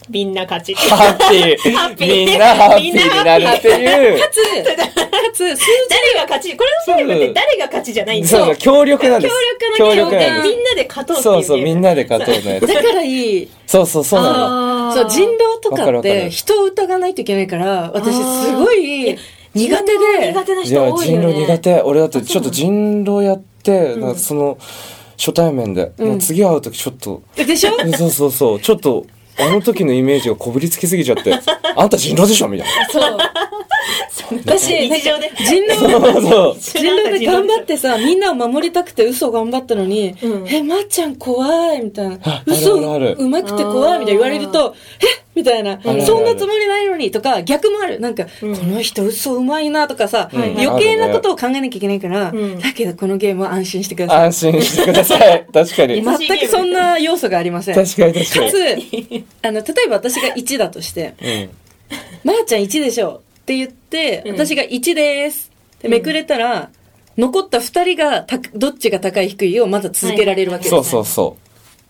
Speaker 1: みんな勝
Speaker 2: *laughs*
Speaker 1: ち
Speaker 2: ハッピ
Speaker 1: ハッピー
Speaker 2: ー。みんなハッピーになるっていう。
Speaker 3: つつ数
Speaker 1: 誰が勝ちこれの戦略って誰が勝ちじゃないんだ
Speaker 2: そうそう、協力なん
Speaker 1: 協
Speaker 2: です。
Speaker 1: 力のゲ
Speaker 2: 協
Speaker 1: ー
Speaker 2: な
Speaker 1: ム
Speaker 2: ん
Speaker 1: で
Speaker 2: で
Speaker 1: みんなで勝とう
Speaker 2: す。
Speaker 1: っていう
Speaker 2: そ
Speaker 1: ゲーム
Speaker 2: うそう、みんなで勝とうのやつ。
Speaker 3: *laughs* だからいい
Speaker 2: そうそう、そうなの。
Speaker 1: あー
Speaker 3: そう人狼と
Speaker 2: わか
Speaker 3: か
Speaker 2: る
Speaker 3: っ
Speaker 2: わか
Speaker 3: て
Speaker 2: る
Speaker 3: 人を疑わないといけないから私
Speaker 1: あー
Speaker 3: すごい苦手で
Speaker 1: 苦手ない
Speaker 2: や
Speaker 1: 人多い
Speaker 2: 人
Speaker 1: よね
Speaker 2: 狼苦手俺だって
Speaker 1: あ
Speaker 2: ち
Speaker 1: そう
Speaker 2: ょっ
Speaker 1: なの
Speaker 2: と人狼やって、
Speaker 1: ん
Speaker 2: なんかその初対面で、
Speaker 3: うん
Speaker 2: もう次会う時ちょっと
Speaker 3: でしょ
Speaker 2: えそうそうそうちょっとあの時のイメージがこぶりつきすぎちゃってあんた人狼でしょみたいな
Speaker 3: そう私
Speaker 1: 日常で
Speaker 3: 人狼
Speaker 2: そうそう
Speaker 3: 人狼で頑張ってさみんなを守りたくて嘘頑張ったのに「
Speaker 1: うん
Speaker 3: えまーちゃん怖い」みたいな
Speaker 2: あ
Speaker 3: 「嘘
Speaker 2: あるあるある
Speaker 3: うまくて怖い」みたいな言われると「えみたいな
Speaker 2: るある
Speaker 3: 「そんなつもりないのに」とか逆もあるなんか「こ
Speaker 1: うん
Speaker 3: の人嘘うまいな」とかさ
Speaker 2: うん
Speaker 3: 余計なことを考えなきゃいけないから
Speaker 1: うん
Speaker 3: だけどこのゲームは安心してください
Speaker 2: 安心してくださ
Speaker 1: *laughs*
Speaker 2: い確かに
Speaker 1: 今
Speaker 2: 確
Speaker 3: 全くそんな要素がありません
Speaker 2: かに確か
Speaker 3: か
Speaker 2: に
Speaker 3: つ、あの、例えば私が1だとして、まーちゃん1でしょって言って、
Speaker 1: うん
Speaker 3: 私が1ですってめくれたら、残った2人がた、どっちが高い低いをまだ続けられるわ
Speaker 2: う
Speaker 3: け
Speaker 2: ん、
Speaker 3: です。
Speaker 2: そうそうそ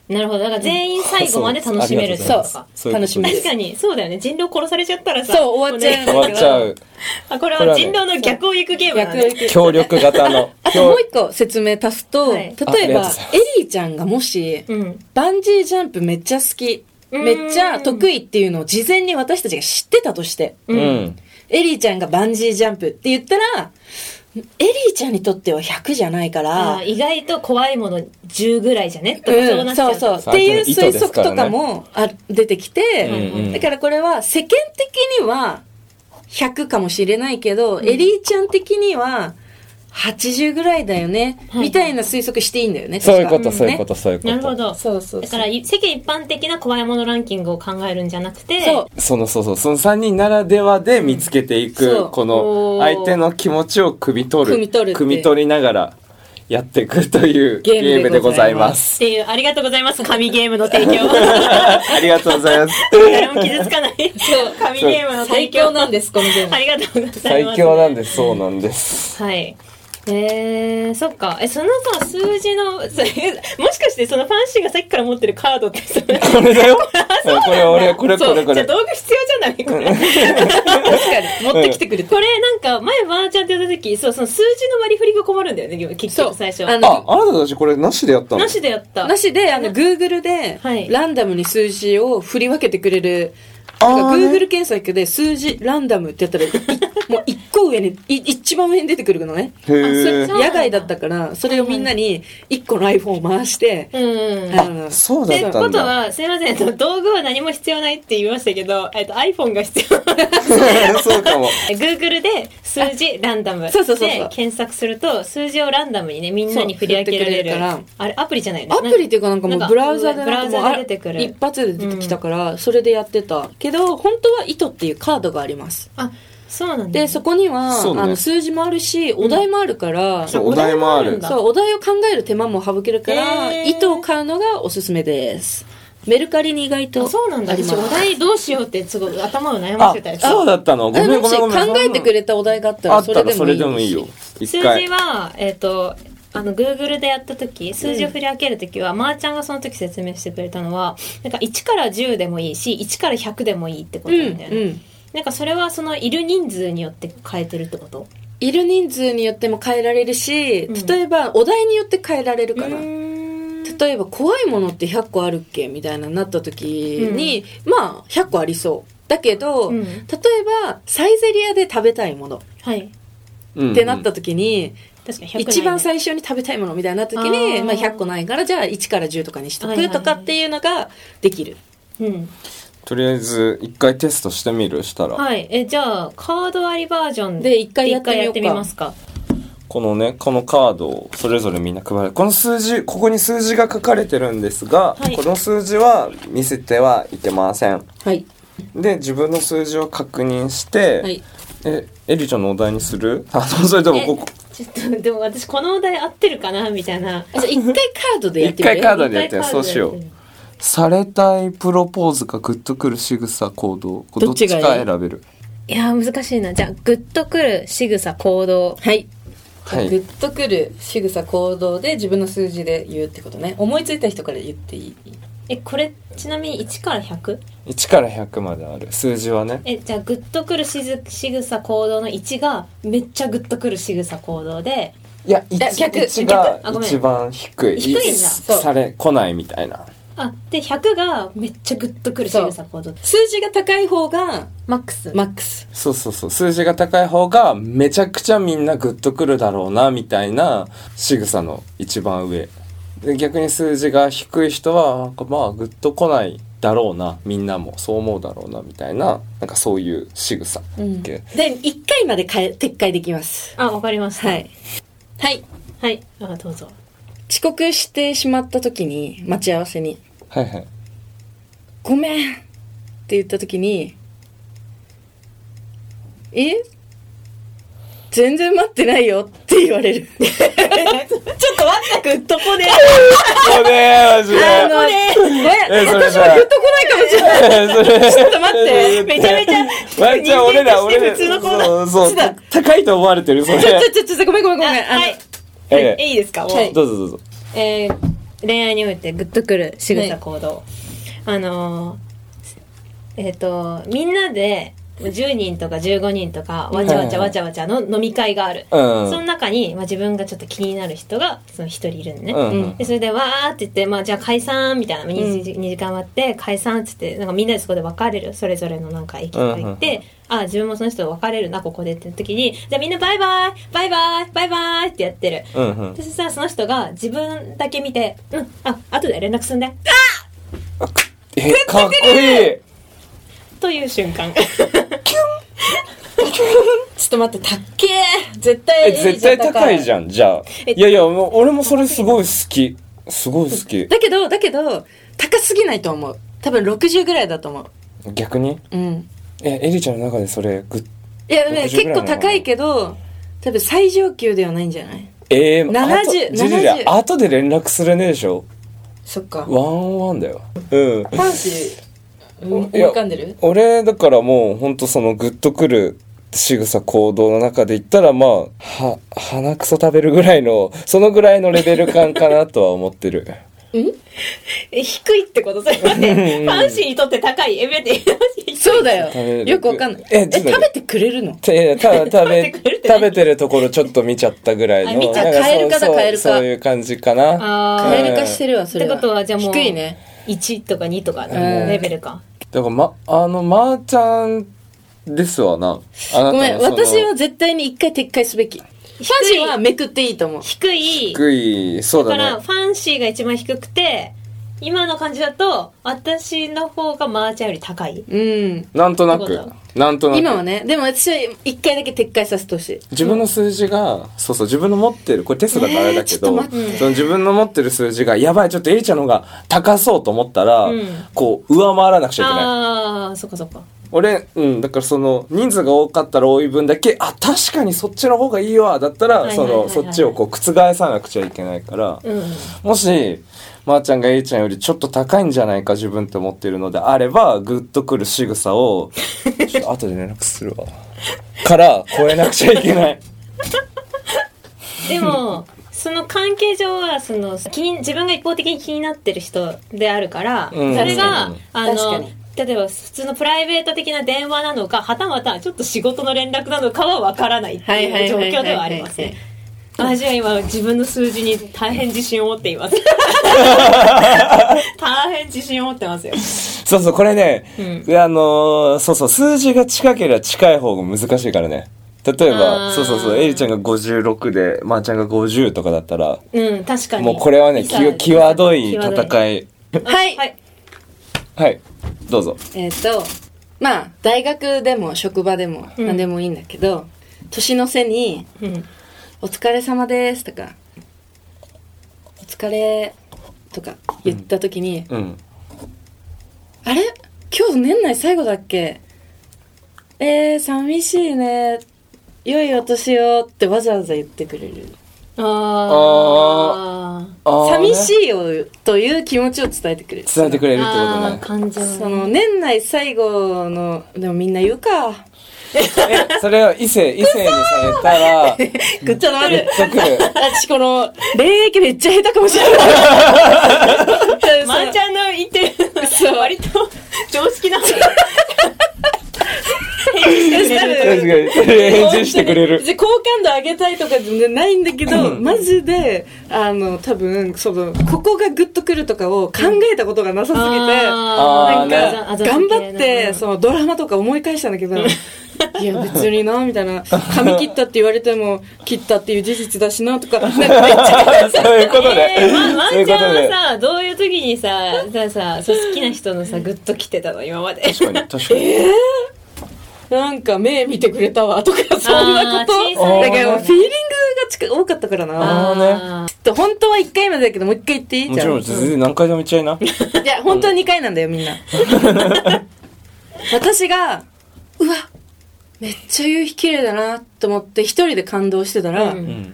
Speaker 1: なるほどだから全員最後まで楽しめる
Speaker 2: そう
Speaker 1: と
Speaker 3: そう
Speaker 1: か
Speaker 2: そういうこと
Speaker 3: 楽しみです
Speaker 1: 確。かにそうだよね人狼殺されちゃったらさ
Speaker 3: そう終わっちゃ
Speaker 2: う
Speaker 3: う
Speaker 2: 終わっちゃう
Speaker 1: あこれは人狼の逆を行くゲームなん
Speaker 3: 逆
Speaker 1: だ
Speaker 3: を
Speaker 1: ね
Speaker 3: いく
Speaker 2: 協力型の
Speaker 3: あともう一個説明足すと、
Speaker 1: はい
Speaker 2: ああり
Speaker 3: 例え
Speaker 2: がとうご
Speaker 3: ば
Speaker 2: ざいま、
Speaker 3: エリーちゃんがもし、
Speaker 1: うん
Speaker 3: バンジージャンプめっちゃ好き、
Speaker 1: うん
Speaker 3: めっちゃ得意っていうのを事前に私たちが知ってたとして、
Speaker 2: う、
Speaker 1: うんん
Speaker 3: エリーちゃんがバンジージャンプって言ったら、エリーちゃんにとっては100じゃないから、
Speaker 1: あー意外と怖いもの10ぐらいじゃねとかそうな
Speaker 3: う
Speaker 1: っ
Speaker 3: ん、
Speaker 1: ちゃ
Speaker 3: そううそう。っ
Speaker 2: 相
Speaker 3: ていう
Speaker 2: 手の意図
Speaker 3: 推
Speaker 2: です
Speaker 3: 測
Speaker 2: からね
Speaker 3: とかもあ出てきて、
Speaker 2: うんうん
Speaker 3: だからこれは世間的には100かもしれないけど、エリーちゃん的には80ぐらいだよね、
Speaker 1: はい
Speaker 3: みたいな推測していいんだよね。
Speaker 2: そういうこ
Speaker 3: 確
Speaker 2: と
Speaker 3: か
Speaker 2: そういうことそういうこと、
Speaker 1: なるほど
Speaker 3: そうそうそう
Speaker 1: だからい世間一般的な怖いものランキングを考えるんじゃなくて
Speaker 3: そう
Speaker 2: そのそうそうその3人ならではで見つけてい
Speaker 3: うん
Speaker 2: く、
Speaker 3: そう
Speaker 2: こ
Speaker 1: お
Speaker 2: の
Speaker 1: ー
Speaker 2: 相手の気持ちを汲み取る
Speaker 3: 汲み取るって
Speaker 2: 汲み取りながらやっていくという
Speaker 3: ゲームで
Speaker 2: ゲームでございます
Speaker 1: っていうありがとうございます神ゲームの提供
Speaker 2: ありがとうございます
Speaker 1: 誰も傷つかない神ゲームの提
Speaker 3: 最
Speaker 1: 供
Speaker 3: 強なんです、このゲーム
Speaker 1: あ。りがとうございます
Speaker 2: 最強なんですそうなんです
Speaker 1: はい。えー、そっか。え、そのさ、数字の、 *laughs* それもしかしてそのファンシーがさっきから持ってるカードってそれ、
Speaker 2: これだよこれ俺これこれこ
Speaker 1: じゃ
Speaker 2: れ
Speaker 1: あ道具必要じゃないこれ。
Speaker 2: *laughs*
Speaker 3: 確かに。持ってきてくれた。
Speaker 1: これなんか、前ばーちゃんって言った時、そう、その数字の割り振りが困るんだよね、結
Speaker 3: そう
Speaker 1: 局最初。
Speaker 3: あの
Speaker 2: ああなたたちこれなしでやったの
Speaker 1: なしでやった。
Speaker 3: *laughs* なしで、あの、Google で
Speaker 1: はい、
Speaker 3: ランダムに数字を振り分けてくれる。
Speaker 2: あー
Speaker 3: なんか
Speaker 2: ね
Speaker 3: Google 検索で数字ランダムってやったら、い *laughs* もう一個上に、い一番上に出てくるのね。
Speaker 2: へー
Speaker 3: あそれ野外だったから、それをみんなに一個の iPhone を回して、
Speaker 1: うん。
Speaker 3: あ
Speaker 1: っ
Speaker 3: の、
Speaker 2: そうだ
Speaker 1: て
Speaker 2: った
Speaker 1: こ
Speaker 2: ん
Speaker 1: と
Speaker 2: だ
Speaker 1: は、すいません、道具は何も必要ないって言いましたけど、えっと、iPhone が必要。
Speaker 2: そうかも
Speaker 1: Google で数字ランダム
Speaker 3: あそうそうそうそう
Speaker 1: で検索すると数字をランダムにねみんなに振り分けられる
Speaker 3: そう振ってくれるから
Speaker 1: あれアプリじゃないの
Speaker 3: アプリっていうかなんかもうブラウザで
Speaker 1: ブラ
Speaker 3: なん
Speaker 1: ウ
Speaker 3: かもう
Speaker 1: ザ
Speaker 3: あ
Speaker 1: で出てくる
Speaker 3: 一発で出てきたから、それでやってた。けど、本当は糸っていうカードがあります。
Speaker 1: あそうなんだ
Speaker 3: で、そこには、
Speaker 2: そうね
Speaker 3: あの、数字もあるし、お題もあるから、
Speaker 2: そうお題もあ
Speaker 1: お題もあるん
Speaker 2: る
Speaker 1: だ
Speaker 3: そう、お題を考える手間も省けるから、
Speaker 1: えー
Speaker 3: 糸を買うのがおすすめです。メルカリに意外と
Speaker 1: あそうなんだ
Speaker 3: ありま
Speaker 1: 私
Speaker 3: す。
Speaker 1: お題どうしようってすごい頭を悩ま
Speaker 2: あ
Speaker 1: せてたやつ
Speaker 2: そうだったのごめ
Speaker 3: え
Speaker 2: ん
Speaker 3: も
Speaker 2: ごめ
Speaker 3: し
Speaker 2: んごめん
Speaker 3: 考えてくれたお題があった
Speaker 2: あ
Speaker 3: ら、
Speaker 2: っ
Speaker 3: そ
Speaker 2: た
Speaker 3: れ
Speaker 2: ら
Speaker 3: で
Speaker 2: そ
Speaker 3: も
Speaker 2: れ
Speaker 3: いい
Speaker 2: でもいいよ
Speaker 3: し。
Speaker 1: 数
Speaker 2: 一
Speaker 1: 字
Speaker 2: 回
Speaker 1: はえっ、とあの Google でやった時数字を振り分ける時は、まーちゃんがその時説明してくれたのはなんか1から10でもいいし1から100でもいいってこ
Speaker 3: う
Speaker 1: と
Speaker 3: ん、
Speaker 1: なんだよね、
Speaker 3: うん。
Speaker 1: なんかそれはそのいる人数によって変えてるってこと
Speaker 3: いる人数によっても変えられるし、
Speaker 1: うん
Speaker 3: 例えば、お題によって変えられるから。
Speaker 1: ん
Speaker 3: 例えば怖いものって100個あるっけみたいななった時に、まあ100個ありそうだけど、
Speaker 1: うん
Speaker 3: 例えばサイゼリアで食べたいもの
Speaker 1: はい
Speaker 3: ってなった時に、
Speaker 1: 確かに100ないね
Speaker 3: 一番最初に食べたいものみたいになった時に
Speaker 1: あー
Speaker 3: まあ、100個ないからじゃあ1から10とかにしと
Speaker 1: はいはい
Speaker 3: く
Speaker 1: はい
Speaker 3: とかっていうのができる。
Speaker 1: うん。
Speaker 2: とりあえず一回テストしてみるしたら、
Speaker 1: はい。え、じゃあ、カードありバージョン
Speaker 3: で一回やってみようか
Speaker 1: 一みますか。
Speaker 2: このねこのカードをそれぞれみんな配るこの数字ここに数字が書かれてるんですが、
Speaker 1: はい
Speaker 2: この数字は見せてはいけません
Speaker 3: はい、
Speaker 2: で自分の数字を確認して、
Speaker 3: はい
Speaker 2: えエリちゃんのお題にする *laughs* あのそれとも
Speaker 1: え
Speaker 2: ここ
Speaker 1: ちょっと、でも私、このお題合ってるかなみたいな。
Speaker 3: あじゃあ一回カードでやって
Speaker 2: 一
Speaker 3: みる
Speaker 2: 回カードでやって
Speaker 1: 一回カー
Speaker 2: そ
Speaker 1: ド
Speaker 2: う
Speaker 1: で
Speaker 2: しようされたいプロポーズかグッとくる仕草行動これど
Speaker 3: ど
Speaker 2: っ
Speaker 3: っ
Speaker 2: ち
Speaker 3: ち
Speaker 2: か
Speaker 3: がいい
Speaker 2: 選べる
Speaker 1: いやー、難しいな。じゃあ、グッとくる仕草行動。
Speaker 3: はい
Speaker 2: はい
Speaker 3: グッとくる仕草行動で自分の数字で言うってことね思いついた人から言っていい
Speaker 1: え、これ、ちなみに1から 100?
Speaker 2: 1から100まである数字はね
Speaker 1: え、じゃあ、グッとくるしず仕草行動の1が、めっちゃグッとくる仕草行動で、
Speaker 2: いや
Speaker 3: や
Speaker 2: 1,
Speaker 3: 逆
Speaker 2: が
Speaker 1: 逆あごめん
Speaker 2: 一番低い
Speaker 1: 低いんだ
Speaker 2: い
Speaker 1: そう
Speaker 2: され来ないみたいな
Speaker 1: あ、で、100が、めっちゃグッとくる仕草行動。
Speaker 3: 数字が高い方が
Speaker 1: マックス。
Speaker 3: マックス
Speaker 2: そうそうそう数字が高い方がめちゃくちゃみんなグッとくるだろうなみたいな仕草の一番上で逆に数字が低い人はなんかまあグッと来ないだろうなみんなもそう思うだろうなみたいななんかそういう仕草っ
Speaker 3: うん
Speaker 2: け
Speaker 3: で1回まで変え撤回できます
Speaker 1: あ、わかりました。
Speaker 3: はい。はい
Speaker 1: はい。あ、どうぞ。
Speaker 3: 遅刻してしまった時に待ち合わせに
Speaker 2: はいはい
Speaker 3: 「ごめん」って言った時に「え全然待ってないよ」って言わ
Speaker 2: *laughs*
Speaker 3: れるちょっと待ってグッとこね
Speaker 2: ごめんマジで
Speaker 3: あのねごめん
Speaker 2: えそれ
Speaker 3: 私
Speaker 2: さ
Speaker 3: もグッとこないかもしれないちょっ
Speaker 2: *laughs*
Speaker 3: と待って
Speaker 1: めちゃめちゃ、
Speaker 2: ワンちゃん俺ら
Speaker 1: 人間
Speaker 2: 俺
Speaker 1: とし
Speaker 2: ら
Speaker 1: て普通の子だ。
Speaker 2: そうそう
Speaker 3: そうだ
Speaker 2: 高いと思われてるそ
Speaker 3: ちょ
Speaker 2: れ
Speaker 3: ちょちょちょごめんごめんごめんあの
Speaker 1: はい。
Speaker 2: え
Speaker 1: え、いいですかもう。
Speaker 3: は
Speaker 2: えどうぞどうぞ
Speaker 1: えー恋愛においてグッとくる仕草行動、あのーえっ、とみんなで10人とか15人とかわちゃわちゃわちゃわちゃの飲み会がある、
Speaker 2: うん
Speaker 1: その中に、まあ、自分がちょっと気になる人がその一人いるのね、
Speaker 2: うんうん
Speaker 1: でそれでわーって言って、まあ、じゃあ解散みたいな 2, 時間終わって解散って言ってなんかみんなでそこで別れるそれぞれのなんか駅とか行って、
Speaker 2: うん
Speaker 1: あ自分もその人と別れるなここでって時にじゃあみんなバイバイバイバイバイバイってやってる、
Speaker 2: うんうん
Speaker 1: 私さその人が自分だけ見て「うんあ後で連絡すんね
Speaker 2: えかっこいい」
Speaker 1: という瞬間 *laughs*
Speaker 3: ちょっと待ってたっけー絶対
Speaker 2: え絶対高いじ
Speaker 3: ゃん
Speaker 2: ゃんじゃあ
Speaker 1: え
Speaker 2: いやいやもう俺もそれすごい好きすごい好き
Speaker 3: だけどだけど高すぎないと思う多分60ぐらいだと思う
Speaker 2: 逆に
Speaker 3: うん
Speaker 2: えエリちゃんの中でそれグッ
Speaker 3: いや
Speaker 2: 60
Speaker 3: ね
Speaker 2: ぐ
Speaker 3: 結
Speaker 2: らいなの
Speaker 3: 構高いけど多分最上級ではないんじゃない
Speaker 2: えー、
Speaker 3: 70
Speaker 2: あと
Speaker 3: 70
Speaker 2: ジュリア後で連絡するねでしょ
Speaker 3: そっか
Speaker 2: ワンオンワンだようん
Speaker 3: パンシーうん
Speaker 2: いや
Speaker 3: 浮かんでる
Speaker 2: 俺だからもうほんとそのグッとくる仕草行動の中で言ったらまあは鼻くそ食べるぐらいのそのぐらいのレベル感かなとは思ってる
Speaker 1: え低いってことそれまでファンシーにとって高いエベって
Speaker 3: そうだ
Speaker 2: 食べ
Speaker 3: よ
Speaker 2: る
Speaker 3: よくわかんない
Speaker 2: え
Speaker 3: え
Speaker 2: ちょっと待って
Speaker 3: *laughs* 食べてくれるの
Speaker 2: てた食べ
Speaker 1: 食べてくれてない
Speaker 2: 食べてるところちょっと見ちゃったぐらい
Speaker 1: あ
Speaker 2: の
Speaker 1: 見ちゃ
Speaker 2: なんか
Speaker 3: カエルか
Speaker 2: そう
Speaker 3: だカエルか
Speaker 2: そうそういう感じかな
Speaker 1: あ
Speaker 3: カ
Speaker 2: ー
Speaker 3: エル化してるわそれ
Speaker 1: ってことはじゃあもう
Speaker 3: 低いね
Speaker 1: 1とか2とかの
Speaker 3: うん
Speaker 1: レベルか、
Speaker 2: だからまあのまー、ちゃんですわなあなたの
Speaker 3: ごめん
Speaker 2: その
Speaker 3: 私は絶対に一回撤回すべきパンシーはめくっていいと思う
Speaker 1: 低い
Speaker 2: 低いそう
Speaker 1: だ
Speaker 2: だ
Speaker 1: か
Speaker 2: ね
Speaker 1: らファンシーが一番低くて今の感じだと私の方がマーちゃんより高い
Speaker 3: うん
Speaker 2: なんとな
Speaker 1: って
Speaker 2: く
Speaker 1: こ
Speaker 2: なんとなく
Speaker 3: 今はねでも私は一回だけ撤回させてほしい
Speaker 2: 自分の数字が、そうそう自分の持ってるこれテストだからあれだけ
Speaker 3: えーちょっ
Speaker 2: ど、
Speaker 3: と待って
Speaker 2: その自分の持ってる数字がやばいちょっとエリちゃんの方が高そうと思ったら、
Speaker 1: うん
Speaker 2: こう上回らなくちゃいけない
Speaker 1: ああそっかそっか
Speaker 2: 俺、うん、だからその人数が多かったら多い分だけあ確かにそっちの方がいいわだった
Speaker 1: は
Speaker 2: ら
Speaker 1: い
Speaker 2: そ
Speaker 1: はいはいは
Speaker 2: の
Speaker 1: い
Speaker 2: そっちをこう覆さなくちゃいけないから、
Speaker 1: うん
Speaker 2: もしまー、ちゃんがエリちゃんよりちょっと高いんじゃないか自分って思ってるのであればグッとくる仕草を
Speaker 1: *laughs*
Speaker 2: ちょっと後で連絡するわから超えなくちゃい
Speaker 1: *laughs*
Speaker 2: けない。
Speaker 1: で
Speaker 2: *laughs*
Speaker 1: もその関係上はその気に自分が一方的に気になってる人であるから、
Speaker 2: うん
Speaker 1: それがあ
Speaker 2: 確
Speaker 3: 確か
Speaker 1: の
Speaker 3: に
Speaker 1: 例えば普通のプライベート的な電話なのかはたまたちょっと仕事の連絡なのかはわからないっていう状況ではありますね。 *laughs* 私は今自分の数字に大変自信を持っています。大変自信を持ってますよ。
Speaker 2: そうそう、これね、あのーそうそう、数字が近ければ近い方が難しいからね。例えば
Speaker 1: あー
Speaker 2: そうそうそうエリちゃんが56でまー、ちゃんが50とかだったら
Speaker 1: うん、確かに。
Speaker 2: もうこれはねき
Speaker 1: さあ
Speaker 2: 際どい
Speaker 1: 際ど
Speaker 2: 戦い
Speaker 3: はい
Speaker 1: はい。
Speaker 2: はいどうぞ
Speaker 3: えっ、とまあ大学でも職場でも
Speaker 1: うん
Speaker 3: 何でもいいんだけど、年の瀬に
Speaker 1: うん。
Speaker 3: 「お疲れ様です」とか「お疲れ」とか言った時に「
Speaker 2: うん
Speaker 3: あれ今日年内最後だっけえー、寂しいね良いお年を」ってわざわざ言ってくれる
Speaker 1: あー。
Speaker 2: あーね
Speaker 3: 寂しいよという気持ちを伝えてくれる
Speaker 2: 伝えてくれるってこと
Speaker 1: あー
Speaker 2: ね
Speaker 1: 感情ね
Speaker 3: その年内最後のでもみんな言うか
Speaker 2: えそれを異性異性にされたらグ
Speaker 3: ぐっちゃな
Speaker 2: ッ
Speaker 3: る
Speaker 2: とくる
Speaker 3: 私この恋愛めっちゃ下手かもしれない
Speaker 2: *laughs*
Speaker 3: *laughs*
Speaker 1: まーちゃんの言ってる割と常識な話
Speaker 2: 確かに返事してくれ
Speaker 3: *laughs*
Speaker 2: る
Speaker 3: 別に好感度上げたいとかじゃないんだけど、マジで、あの、多分、その、ここがグッとくるとかを考えたことがなさすぎて、
Speaker 2: あー
Speaker 3: なんか、頑張って、そのドラマとか思い返したんだけど、いや、別にな、みたいな、髪切ったって言われても、切ったっていう事実だしな、とか、なんかめっちゃ、
Speaker 2: そういうことで、
Speaker 1: えーま、ま
Speaker 2: そう
Speaker 1: ー
Speaker 2: いう
Speaker 1: ちゃ
Speaker 2: こと
Speaker 1: んは
Speaker 2: で
Speaker 1: さ、どういう時にさ、さ、さ、そう好きな人のさ、グッと来てたの、今まで。
Speaker 2: 確かに確かに
Speaker 3: なんか目見てくれたわ、とか、そんなこ
Speaker 1: あー小
Speaker 3: と。
Speaker 2: さ
Speaker 3: だ
Speaker 2: い
Speaker 3: からもう、フィーリングが近多かったからな。
Speaker 2: あー
Speaker 1: あ
Speaker 3: ちょっと本当は1回までだけど、もう1回言っていい
Speaker 2: も
Speaker 3: じ
Speaker 2: ち
Speaker 3: ゃん。
Speaker 2: ろん全然何回でも言っちゃいな。
Speaker 3: いや、本当は2回なんだよ、みん *laughs* な。私が、うわ、めっちゃ夕日綺麗だなと思って一人で感動してたら、
Speaker 1: う
Speaker 2: うんん。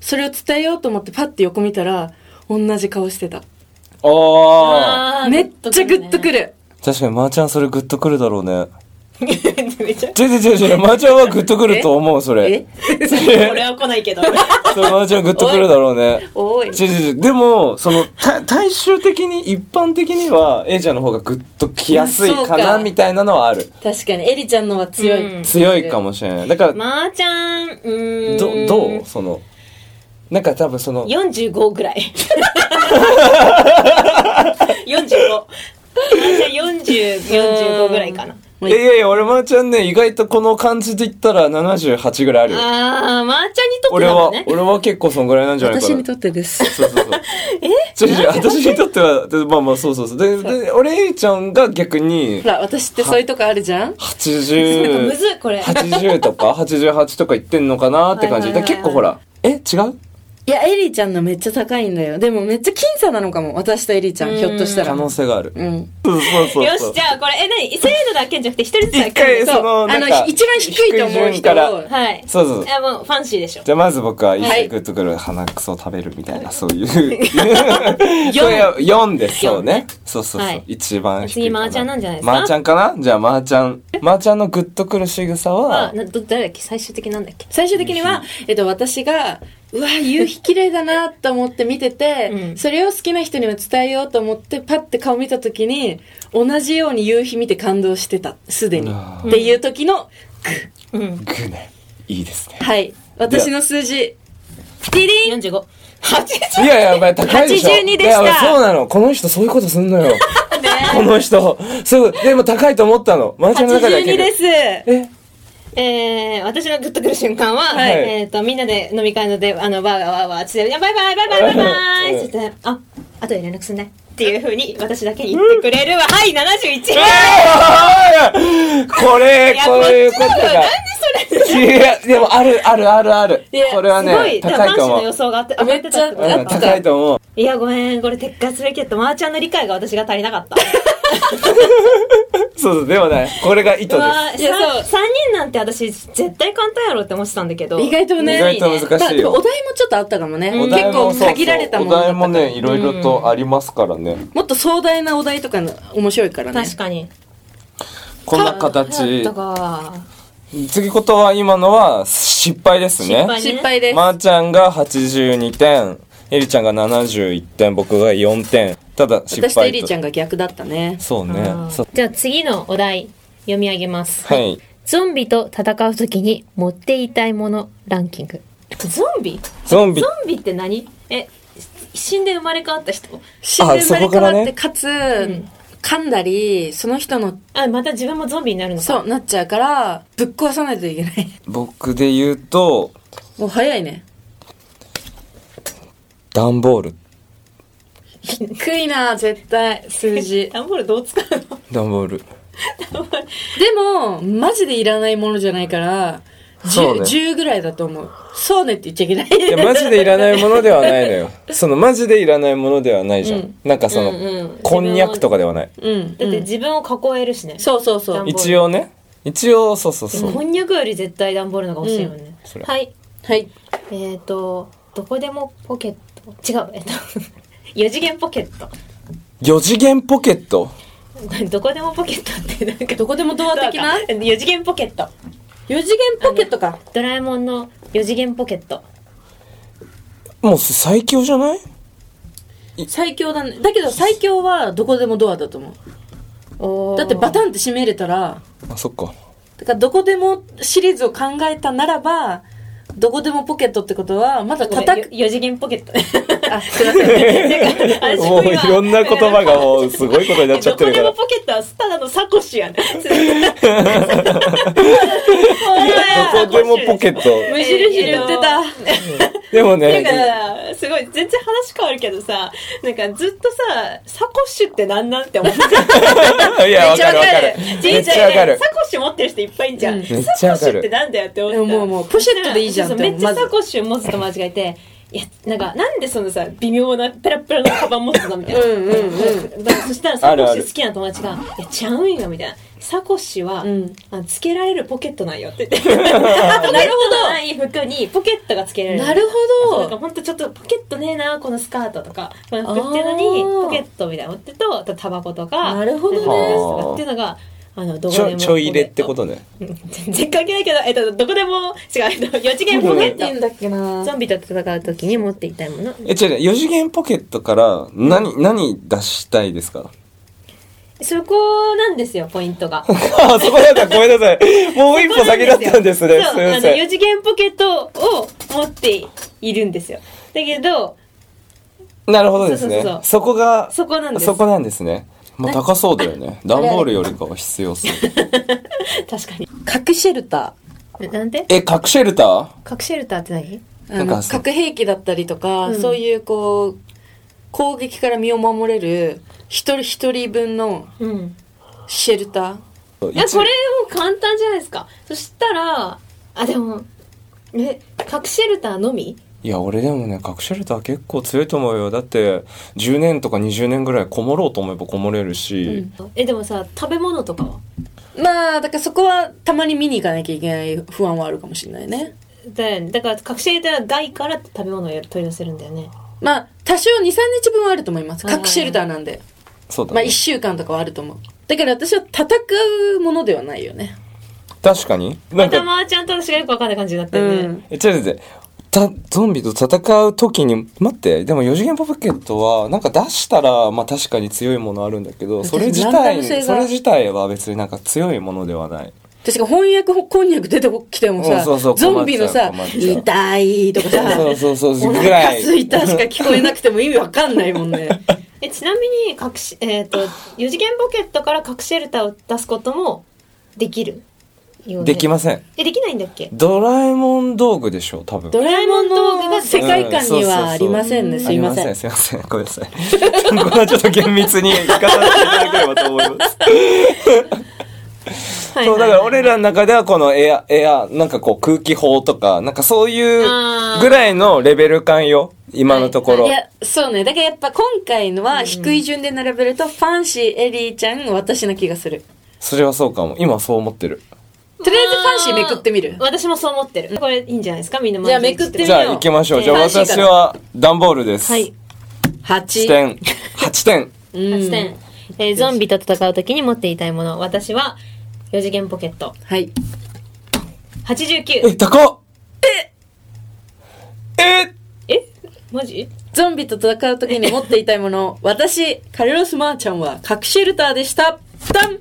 Speaker 3: それを伝えようと思ってパッて横見たら、同じ顔してた。
Speaker 2: ああ。
Speaker 1: ー
Speaker 3: めっちゃグッとく。る。
Speaker 2: 確かに、まーちゃんそれグッとくるだろうね。
Speaker 1: グッとくるねめっちゃ
Speaker 2: 違う違う違う違う、まーちゃんはグッとくると思う、それ
Speaker 3: え。
Speaker 1: 俺は来ない
Speaker 2: *laughs*
Speaker 1: けど。
Speaker 2: それまーちゃんグッとくるだろうね。
Speaker 3: おい。
Speaker 2: 違う違う違うでも、その、た大衆的に、一般的には、A ちゃんの方がグッときやすいか
Speaker 3: そう
Speaker 2: な、
Speaker 3: か
Speaker 2: みたいなのはある。
Speaker 3: 確かに、エリちゃんのは強い。
Speaker 1: うん
Speaker 2: 強いかもしれない。だから、
Speaker 1: まーちゃん、うーん。
Speaker 2: ど、どうその、なんか多分その、
Speaker 1: 45ぐら
Speaker 2: *laughs*
Speaker 1: い。45。まーちゃん40、45ぐらいかな。
Speaker 2: いやいやいや、俺まーちゃんね、意外とこの感じで言ったら78ぐらいあるよ。
Speaker 1: あー、まーちゃんにとって
Speaker 2: 俺
Speaker 1: なの
Speaker 2: は
Speaker 1: ね、。
Speaker 2: 俺は結構そんぐらいなんじゃないかな。
Speaker 3: 私にとってです。
Speaker 2: そうそうそう。え違う違う、私にとっては、でまあまあそうそうそう。で、で俺、エイちゃんが逆に
Speaker 3: ほ、ら、私ってそういうとこあるじゃ
Speaker 1: なん
Speaker 3: ん
Speaker 1: かむ
Speaker 2: 80、
Speaker 1: ずいこれ。
Speaker 2: 80とか88とか言ってんのかなって感じ。
Speaker 1: はいはいはいはい
Speaker 2: だから結構ほら、え違う
Speaker 3: いや、エリちゃんのめっちゃ高いんだよ。でもめっちゃ僅差なのかも。私とエリちゃ
Speaker 1: うん
Speaker 3: ん、ひょっとした
Speaker 2: 可
Speaker 3: ら。
Speaker 2: 能性がある。
Speaker 3: うん。
Speaker 2: そうそうそう。
Speaker 1: よし、じゃあこれ、え、なに精度だけじゃなくて、一人ずつだ
Speaker 2: 一
Speaker 1: け。
Speaker 2: 回
Speaker 3: そう
Speaker 2: その、
Speaker 3: あ
Speaker 2: な
Speaker 3: の
Speaker 2: んか、
Speaker 3: 一番低いと思
Speaker 2: 低
Speaker 3: う
Speaker 2: 順
Speaker 3: 人
Speaker 2: か
Speaker 3: を
Speaker 2: ら
Speaker 1: はい。
Speaker 2: そうそう
Speaker 1: いや、もうファンシーでしょ。
Speaker 2: じゃあまず僕は、一
Speaker 3: はい
Speaker 2: 緒グッとくる鼻くそを食べるみたいな、そう
Speaker 1: *laughs*
Speaker 2: いう。4です、そうね。そうそう
Speaker 1: は
Speaker 2: そう
Speaker 1: い。
Speaker 2: 一番低い
Speaker 1: 次
Speaker 2: かな。
Speaker 1: まーちゃんなんじゃないですか
Speaker 2: まーちゃんかなじゃあまーちゃん。まーちゃんのグッとくる仕草
Speaker 1: あ
Speaker 2: は、、
Speaker 1: な、ど、誰だっけ最終的なんだっけ
Speaker 3: 最終的には、えっと、私が、うわ、夕日綺麗だなと思って見てて、
Speaker 1: うん
Speaker 3: それを好きな人にも伝えようと思って、パッて顔見た時に、同じように夕日見て感動してた、すでに。
Speaker 2: あ
Speaker 3: っていう時の、
Speaker 1: うん。
Speaker 2: グーね。いいですね。
Speaker 3: はい。私の数字、ティリン
Speaker 1: 45。80!
Speaker 2: いやいや、お前高いでしょ。
Speaker 3: 82でした
Speaker 2: いやそうなの。この人そういうことすんのよ。この人。そう、でも高いと思ったの。マーちゃんの中では結
Speaker 3: !82
Speaker 2: 構
Speaker 3: です
Speaker 2: え、 *laughs*
Speaker 1: えー、私のグッとくる瞬間は、
Speaker 2: はい
Speaker 1: えっ、と、みんなで飲み会ので、あの、わーわーわーわーつって、いやバイバイバイバイバイバイって言って、あ、あとで連絡すんね。っていう風に、私だけに言ってくれるわ。はい、71! い
Speaker 2: えーこれ、
Speaker 1: や、
Speaker 2: こういうこ
Speaker 1: ことっちの方がな
Speaker 2: が
Speaker 1: ん。でそれ
Speaker 2: いや、でもある、ある、ある、ある
Speaker 1: いや。
Speaker 2: これは
Speaker 1: すごい
Speaker 2: ね、高
Speaker 1: ファ
Speaker 2: いと思
Speaker 1: ンシーの予
Speaker 2: う。
Speaker 1: 想があって、上がってたってこと
Speaker 2: う
Speaker 1: だ
Speaker 2: ん、
Speaker 1: った。
Speaker 2: 高いと思う。
Speaker 1: いや、ごめん、これ撤回すべきやった。まーちゃんの理解が私が足りなかった。
Speaker 2: そうそう、でもね、これが意図
Speaker 1: う
Speaker 2: で
Speaker 1: わー
Speaker 3: いやそう
Speaker 1: さ三人なんて私、絶対簡単やろって思ってたんだけど。
Speaker 3: 意外とね、
Speaker 2: 意外と難しいよ
Speaker 3: まあお題もちょっとあったかもね。
Speaker 2: す。お
Speaker 3: 結
Speaker 2: 題も
Speaker 3: 構
Speaker 2: そうそう
Speaker 3: 限られたもの
Speaker 2: お
Speaker 3: だった
Speaker 2: 題
Speaker 3: か
Speaker 2: も
Speaker 3: ら
Speaker 2: ね、いろいろとありますからね。
Speaker 3: もっと壮大なお題とかの面白いからね。
Speaker 1: 確かに。
Speaker 2: こんな
Speaker 1: あ
Speaker 2: 形
Speaker 1: と。か。
Speaker 2: 次ことは今のは失敗ですね。
Speaker 1: 失敗
Speaker 3: 失敗です。
Speaker 2: まー、ちゃんが82点、えりちゃんが71点、僕が4点。ただ失敗
Speaker 3: 私とエリーちゃんが逆だったね。
Speaker 2: そうね
Speaker 1: あ。ー
Speaker 2: そう
Speaker 1: じゃあ次のお題、読み上げます。
Speaker 2: はい。
Speaker 1: ゾンビと戦うときに持っていたいものランキング。ゾンビ
Speaker 2: ゾンビ
Speaker 1: ゾ。ンビって何え、死んで生まれ変わった人
Speaker 3: 死んで生まれ変わ
Speaker 2: あそこから
Speaker 3: っ
Speaker 2: ね
Speaker 3: て、かつ、噛んだり、その人の、
Speaker 1: あ、また自分もゾンビになるのか。
Speaker 3: そう、なっちゃうから、ぶっ壊さないといけない。
Speaker 2: 僕で言うと、
Speaker 3: *laughs* もう早いね。
Speaker 2: 段ボール。
Speaker 3: 低いな、絶対、数 *laughs* 字。
Speaker 1: ダンボールどう使うの
Speaker 2: 段ボール。
Speaker 3: でも、マジでいらないものじゃないから、
Speaker 2: そう
Speaker 3: 10,
Speaker 2: ね
Speaker 3: 10ぐらいだと思う。そうねって言っちゃいけない。
Speaker 2: いや、マジでいらないものではないのよ。その、マジでいらないものではないじゃん。なんかその、
Speaker 1: うんうん
Speaker 2: こんにゃくとかではない。
Speaker 3: うん。
Speaker 1: だって
Speaker 3: うん
Speaker 1: 自分を囲えるしね。
Speaker 3: そうそうそ
Speaker 1: ダ
Speaker 3: う
Speaker 1: ン。
Speaker 2: 一応ね。一応、そうそうそう。
Speaker 1: こんにゃくより絶対ダンボールの方が欲しいもんね。
Speaker 2: うんそれ
Speaker 1: はい。
Speaker 3: はい。
Speaker 1: えっ、ー、と、どこでもポケット。違う、えっと、4次元ポケット。
Speaker 2: 4次元ポケット
Speaker 1: *laughs* どこでもポケットってなんか。
Speaker 3: どこでもドア的な
Speaker 1: ?4 次元ポケット。
Speaker 3: 4次元ポケットか。
Speaker 1: ドラえもんの4次元ポケット。
Speaker 2: もう最強じゃない
Speaker 3: 最強だね。だけど最強はどこでもドアだと思う。
Speaker 1: おー
Speaker 3: だってバタンって閉めれたら、
Speaker 2: あ、そっか。
Speaker 3: だからどこでもシリーズを考えたならば、どこでもポケットってことは、まだ
Speaker 1: ごめん
Speaker 3: 叩く。
Speaker 1: よ4次元ポケッ *laughs* ト。あ、すいません。なんか私
Speaker 2: もういろんな言葉がもうすごいことになっちゃってるか
Speaker 1: ど
Speaker 2: ら
Speaker 1: こで。もポケットはただのサコッシュや *laughs* ね。
Speaker 2: どこでもポケ
Speaker 1: *laughs*
Speaker 2: ット。
Speaker 3: 無 *laughs* 印で売ってた。
Speaker 2: でも
Speaker 1: だか
Speaker 2: ね、
Speaker 1: ら、すごい、全然話変わるけどさ、なんかずっとさ、サコッシュってなんなんって思ってた。
Speaker 2: *laughs* いや、わかるわかる。め
Speaker 1: 人
Speaker 2: っちゃわか
Speaker 1: 生で
Speaker 2: る
Speaker 1: サ。コッシュ持ってる人いっぱいいんじゃん。
Speaker 3: うん
Speaker 1: サコッシュってなんだよって思った。
Speaker 3: でももうもうポシェットでいいじゃん
Speaker 1: そう
Speaker 3: って
Speaker 1: そうめっちゃ
Speaker 3: まず
Speaker 1: サコッシュ持つと間違えて、いや、なんか、なんでそのさ、微妙なペラペラのカバン持つのみたいな。
Speaker 3: うんうんうん。
Speaker 1: だからそしたらサコ
Speaker 2: あ
Speaker 1: ッ
Speaker 2: る
Speaker 1: シ
Speaker 2: あ
Speaker 1: ュ
Speaker 2: る
Speaker 1: 好きな友達が「いやちゃうんよ」みたいな「サコッシュは、
Speaker 3: うん
Speaker 1: あつけられるポケットなんよ」って言って
Speaker 2: *laughs*
Speaker 1: ポケットのない服にポケットがつけられる
Speaker 3: なる
Speaker 1: そう
Speaker 3: ほ
Speaker 1: だから
Speaker 3: ど。
Speaker 1: ほんとちょっとポケットねえなこのスカートとかこの服っていうのに
Speaker 3: あー
Speaker 1: ポケットみたいなの持ってとあとタバコとか
Speaker 3: なるほど
Speaker 1: な
Speaker 3: ね
Speaker 1: んかとかっていうのがあのどこ
Speaker 2: ち
Speaker 1: でも
Speaker 2: ょ、ちょ入れってことね。
Speaker 1: うん全然関係ないけど、えっと、どこでも違うえっと4次元ポケ
Speaker 3: 何て言う
Speaker 1: ッ
Speaker 3: ん
Speaker 1: ト
Speaker 3: だっけな。
Speaker 1: ゾンビと戦う時に持っていたいもの
Speaker 2: え、違う、4次元ポケットから何、何出したいですか *laughs*
Speaker 1: そこなんですよポイントが
Speaker 2: あ、そこだった。ごめんな
Speaker 1: *laughs*
Speaker 2: さい。もう一歩先だったんですね。す
Speaker 1: そう
Speaker 2: いま
Speaker 1: あの
Speaker 2: せ
Speaker 1: 4
Speaker 2: ん。
Speaker 1: 次元ポケットを持っているんですよだけど
Speaker 2: なるほどです
Speaker 1: そうそうそ
Speaker 2: ね
Speaker 1: う。
Speaker 2: そこが、
Speaker 1: そこなんです
Speaker 2: そこなんですね。もう高そうだよね。段ボールよりかは必要そう。
Speaker 1: 確かに
Speaker 3: 核シェルタ
Speaker 1: なんで
Speaker 2: え、核シェルター
Speaker 1: 核シェルターって何
Speaker 3: ー。あ
Speaker 2: なん
Speaker 3: の
Speaker 2: かそう
Speaker 3: 核兵器だったりとか、
Speaker 1: うん
Speaker 3: そういうこう、攻撃から身を守れる、一人一人分の
Speaker 1: うん
Speaker 3: シェルター。
Speaker 1: いやこれもう簡単じゃないですかそしたらあでもえ核シェルターのみ
Speaker 2: いや、俺でもね、核シェルター結構強いと思うよ。だって、10年とか20年ぐらいこもろうと思えばこもれるし、
Speaker 1: えでもさ食べ物とかは
Speaker 3: まあ、だからそこはたまに見に行かなきゃいけない不安はあるかもしれないね。
Speaker 1: だよねだから核シェルターは外から食べ物を取り寄せるんだよね
Speaker 3: まあ、多少2、3日分はあると思います。
Speaker 1: はいはい
Speaker 3: 核シェルターなんで。
Speaker 2: そうだ
Speaker 3: まあ、
Speaker 2: ね
Speaker 3: 1。週間とかはあると思う。だから私は叩くものではないよね。
Speaker 2: 確かに。な
Speaker 1: ま
Speaker 2: ん
Speaker 1: た
Speaker 2: か、
Speaker 1: まーちゃんと私がよくわかんない感じになってるね、
Speaker 3: うん
Speaker 2: え、違う違う違う。た、ゾンビと戦う時に、待って、でも4次元ポケットは、なんか出したら、まあ確かに強いものあるんだけど、それ自
Speaker 3: ランダム
Speaker 2: 体
Speaker 3: 性、が
Speaker 2: それ自体は別になんか強いものではない。
Speaker 3: 確か翻訳こんにゃく出てきても
Speaker 2: う
Speaker 3: さ、
Speaker 2: んそうそう
Speaker 3: ゾンビのさ
Speaker 2: 困っ、ちゃう困っち
Speaker 3: 痛いとかさ、
Speaker 2: そうそうそうそう、
Speaker 3: お
Speaker 2: ぐ
Speaker 3: 腹
Speaker 2: ら
Speaker 3: す
Speaker 2: い。
Speaker 3: いたしか聞こえなくても意味わかんないも
Speaker 2: *laughs*
Speaker 3: んね。
Speaker 1: えちなみに隠し、えー、と4次元ポケットから核シェルターを出すこともできるよね
Speaker 2: できません。
Speaker 1: えできないんだっけ
Speaker 2: ドラえもん道具でしょ、多分。
Speaker 3: ドラえもんの世界観にはありませんね。
Speaker 2: うん
Speaker 3: すいません。
Speaker 2: すいません、すいません。ごめんなさい。そこはちょっと厳密に言い方していただければと思います。
Speaker 1: はい
Speaker 2: そう、だから俺
Speaker 1: ら
Speaker 2: らの中ではこのエア、エア、なんかこう空気砲とか、なんかそういう
Speaker 1: あー
Speaker 2: ぐらいのレベル感よ。今のところ。
Speaker 3: いや、そうね。だからやっぱ今回のは低い順で並べると、ファンシー、エリーちゃん、私な気がする。
Speaker 2: それはそうかも。今そう思ってる。
Speaker 3: とりあえずファンシーめくってみる。
Speaker 1: 私もそう思ってるこれいいんじゃないですかみんな
Speaker 3: じゃあめくってみ
Speaker 2: じゃあ行きましょう。じゃあ
Speaker 3: はい
Speaker 2: 私は段ボールです。
Speaker 1: はい。
Speaker 2: 8
Speaker 3: 8。
Speaker 2: 点。8点。
Speaker 1: 8点、えーゾンビと戦う時に持っていたいもの私は4次元ポケット
Speaker 3: はい。
Speaker 1: 89
Speaker 2: え、高っええ
Speaker 1: えマジ
Speaker 3: ゾンビと戦う時に持っていたいもの、私、カルロス・マーちゃんは核シェルターでした。ダン !87!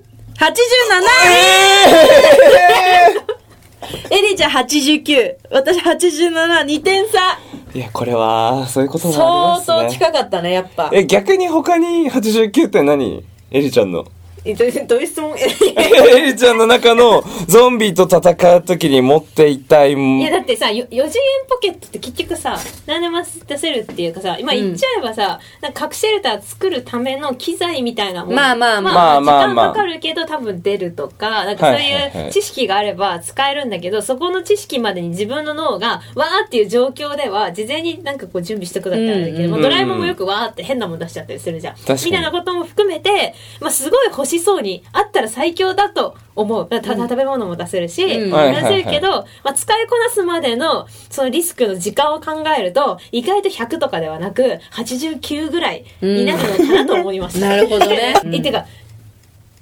Speaker 3: エリーちゃん89。私87、2点差。
Speaker 2: いや、これは、そういうこともあり
Speaker 3: 相
Speaker 2: ますね。
Speaker 3: 当近かったね、やっぱ。
Speaker 2: え、逆に他に89点何エリちゃんの。
Speaker 1: えどどういう質問
Speaker 2: *laughs* エリちゃんの中のゾンビと戦う時に持っていたいも
Speaker 1: いやだってさよ4次元ポケットって結局さ何でも出せるっていうかさ今
Speaker 3: うん
Speaker 1: 言っちゃえばさ、なんか核シェルター作るための機材みたいなもん
Speaker 3: まあまあまあ
Speaker 1: まあ
Speaker 2: まあまあまあ
Speaker 1: 時間かかるけど多分出るとかなんかそう
Speaker 2: はいはい
Speaker 1: い
Speaker 2: は
Speaker 1: う
Speaker 2: い
Speaker 1: 知識があれば使えるんだけど、そこの知識までに自分の脳がわーっていう状況では事前になんかこう準備してくださったらだけど、
Speaker 3: うんうん
Speaker 1: もうドラえもんもよくわーって変なもん出しちゃったりするじゃん
Speaker 2: 確かに
Speaker 1: みたいなことも含めて、まあ、すごい欲しそうにあったら最強だと思うだからた食べ物も出せるし、
Speaker 3: うん
Speaker 2: はい
Speaker 1: 出せるけど、まあ、使いこなすまでのそのリスクの時間を考えると意外と100とかではなく89ぐらいになるのかなと思いました。
Speaker 3: *laughs* なるほどね
Speaker 1: *laughs* えてか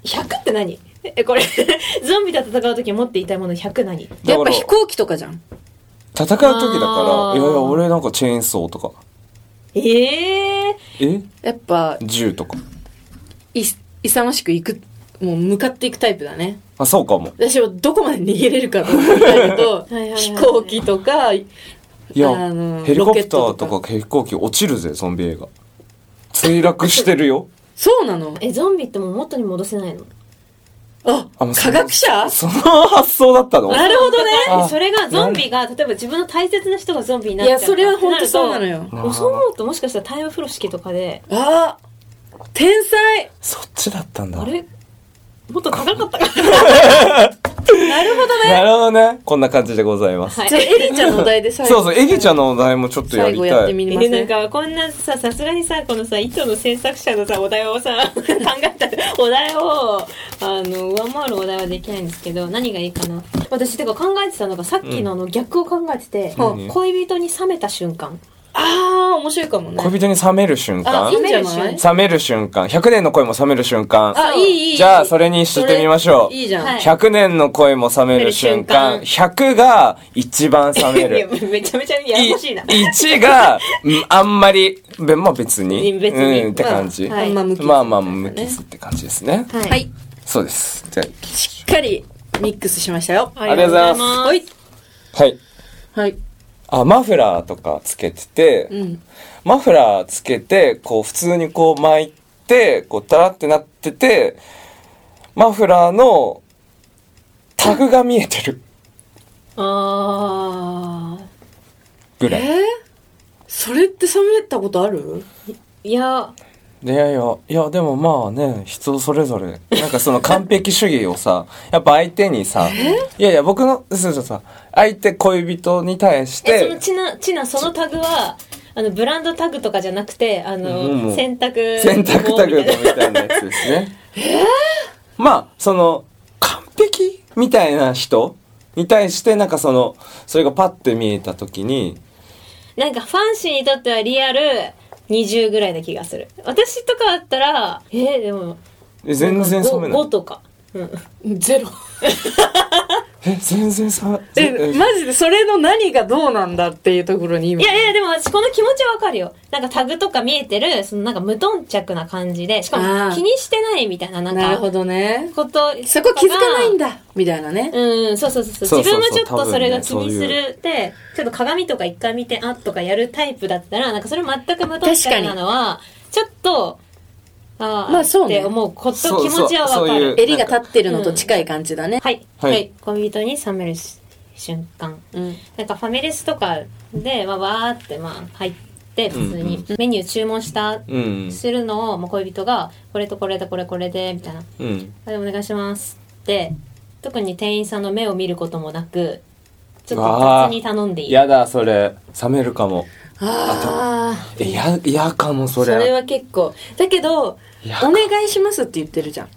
Speaker 1: 100って何えこれ *laughs* ゾンビと戦う時持っていたいもの100何
Speaker 3: やっぱ飛行機とかじゃん
Speaker 2: 戦う時だか
Speaker 1: あー
Speaker 2: ら、いやいや、俺なんかチェーンソーとか、
Speaker 1: ええ
Speaker 2: え
Speaker 3: やっぱ
Speaker 2: 銃とか。
Speaker 3: い勇ましく行くもう向かっていくタイプだね
Speaker 2: あ、そうかも。
Speaker 3: 私はどこまで逃げれるかと思ってると
Speaker 1: いはいはい
Speaker 3: 飛行機とか
Speaker 2: いや、
Speaker 3: あの
Speaker 2: ヘリコプターと
Speaker 3: ロケット
Speaker 2: か飛行機落ちるぜ、ゾンビ映画。墜落してるよ。
Speaker 3: そうなの
Speaker 1: えゾンビってもう元に戻せないの
Speaker 3: あ
Speaker 2: あもうそ
Speaker 3: 科
Speaker 2: れ
Speaker 3: 学者
Speaker 2: その発想だったの
Speaker 3: なるほ
Speaker 1: *laughs*
Speaker 3: どね
Speaker 2: あ
Speaker 1: それがゾンビが例えば自分の大切な人がゾンビに
Speaker 3: い
Speaker 1: なっちゃ
Speaker 3: や
Speaker 1: った
Speaker 3: それは本当そうな
Speaker 1: っ
Speaker 3: の
Speaker 1: て
Speaker 3: よ
Speaker 1: るとそう思うともしかしたらタイム風呂敷とかで
Speaker 3: あー天才
Speaker 2: そっちだったんだ。
Speaker 1: あれもっと高かったか
Speaker 3: *laughs* なるほどね
Speaker 2: なるほどね。こんな感じでございます。
Speaker 1: はい
Speaker 3: じゃあエリちゃんのお題で最後
Speaker 2: そうそう、エギちゃんのお題もちょっとや
Speaker 3: 最
Speaker 2: り
Speaker 3: 後やったて
Speaker 2: い。
Speaker 3: みま
Speaker 1: え
Speaker 3: せ
Speaker 1: なん
Speaker 3: ん
Speaker 1: かこんなささすがにさこのさ糸の制作者のさお題をさ考えたお題をあの上回るお題はできないんですけど何がいいかな私てか考えてたのがさっきのあの逆を考えてて、
Speaker 2: うん
Speaker 1: 恋人に冷めた瞬間
Speaker 3: ああ面白いかもね
Speaker 2: 恋人に冷める瞬
Speaker 3: あ
Speaker 2: 間
Speaker 3: いいんじゃない
Speaker 2: 冷める瞬間。100年の恋も冷める瞬間。
Speaker 3: あいいいいいい
Speaker 2: じゃあそれにしてみましょう
Speaker 3: それいいじゃん、
Speaker 1: はい
Speaker 2: 100年の恋も冷める瞬間。100が一番冷め
Speaker 1: いや
Speaker 2: る。
Speaker 1: めちゃめちゃややこしいな
Speaker 2: 1が、うんあんまり、べまあ別に。
Speaker 1: 別に
Speaker 2: うん、って感じ。
Speaker 1: まはい
Speaker 3: あんま向き
Speaker 2: まあまあ、無機質って感じですね。
Speaker 1: はい
Speaker 3: はい
Speaker 2: そうです。じゃあ
Speaker 3: しっかりミックスしましたよ
Speaker 2: りがとうございます
Speaker 1: あ
Speaker 3: は
Speaker 1: り
Speaker 3: い
Speaker 2: はい。
Speaker 3: はい
Speaker 2: あ、マフラーとかつけてて、
Speaker 3: うん
Speaker 2: マフラーつけて、こう普通にこう巻いて、こうタラってなってて、マフラーのタグが見えてる
Speaker 1: がとうございますあー
Speaker 2: ぐらい。
Speaker 3: えー、それって冷めたことある
Speaker 1: いや
Speaker 2: いやいや、いやでもまあね、人それぞれ、なんかその完璧主義をさ、やっぱ相手にさ、いやいや僕の、そうそうさ、相手恋人に対し
Speaker 1: えその
Speaker 2: て、
Speaker 1: ちなちなそのタグはあのブランドタグとかじゃなくてあの、
Speaker 2: うんうん
Speaker 1: 洗濯
Speaker 2: 洗濯タグ
Speaker 1: みたいな
Speaker 2: みたいなやつですね。まあ、その、完璧みたいな人に対して、なんかその、それがパッて見えた時に、
Speaker 1: なんかファンシーにとってはリアル20ぐらいな気がする。私とかだったら、えー、でも、
Speaker 2: え全然冷め
Speaker 1: な
Speaker 2: なんい
Speaker 1: か5。5とか。うん。
Speaker 3: ゼロ
Speaker 2: え、全然冷め、
Speaker 3: え
Speaker 2: え
Speaker 3: マジでそれの何がどうなんだっていうところに今
Speaker 1: いやいや、でも私この気持ちはわかるよ。なんかタグとか見えてる、そのなんか無頓着な感じで、しか
Speaker 3: あ
Speaker 1: も
Speaker 3: ー
Speaker 1: 気にしてないみたいな、なん
Speaker 3: な
Speaker 1: か、
Speaker 3: るほ
Speaker 1: こと
Speaker 3: どねそこ気づかないんだみたいなね
Speaker 1: うん、そうそうそうそう。
Speaker 2: そう
Speaker 1: 自
Speaker 2: そうそう
Speaker 1: 分もちょっとそれが気
Speaker 2: 多分
Speaker 1: にす
Speaker 2: ねそう
Speaker 1: る。で、ちょっと鏡とか一回見て、あとかやるタイプだったら、なんかそれ全く無頓着なのは、ちょっと、ああ、
Speaker 3: まあそうね
Speaker 1: って思うこと、
Speaker 2: そうそう
Speaker 1: 気持ちはわかる。
Speaker 2: そういう
Speaker 3: 襟が立ってるのと近い感じだね、
Speaker 1: はい。
Speaker 2: はい
Speaker 1: 恋人に冷めるし瞬間。
Speaker 3: うん
Speaker 1: なんかファミレスとかで、まあ、わーって、まあ、入って、普通
Speaker 2: うん
Speaker 1: にメニュー注文した、
Speaker 2: うん。
Speaker 1: するのを、まあ、恋人が、これとこれとこれこれで、みたいな。
Speaker 2: うん。
Speaker 1: はい、お願いします。って、特に店員さんの目を見ることもなく、ちょっと
Speaker 2: あー
Speaker 1: 雑に頼んでいい。
Speaker 2: やだ、それ。冷めるかも。
Speaker 3: ああ
Speaker 2: え、や、嫌かも、そ
Speaker 3: そ
Speaker 2: れ。
Speaker 3: れは結構だけど
Speaker 2: いや
Speaker 3: お願いしますって言ってるじゃん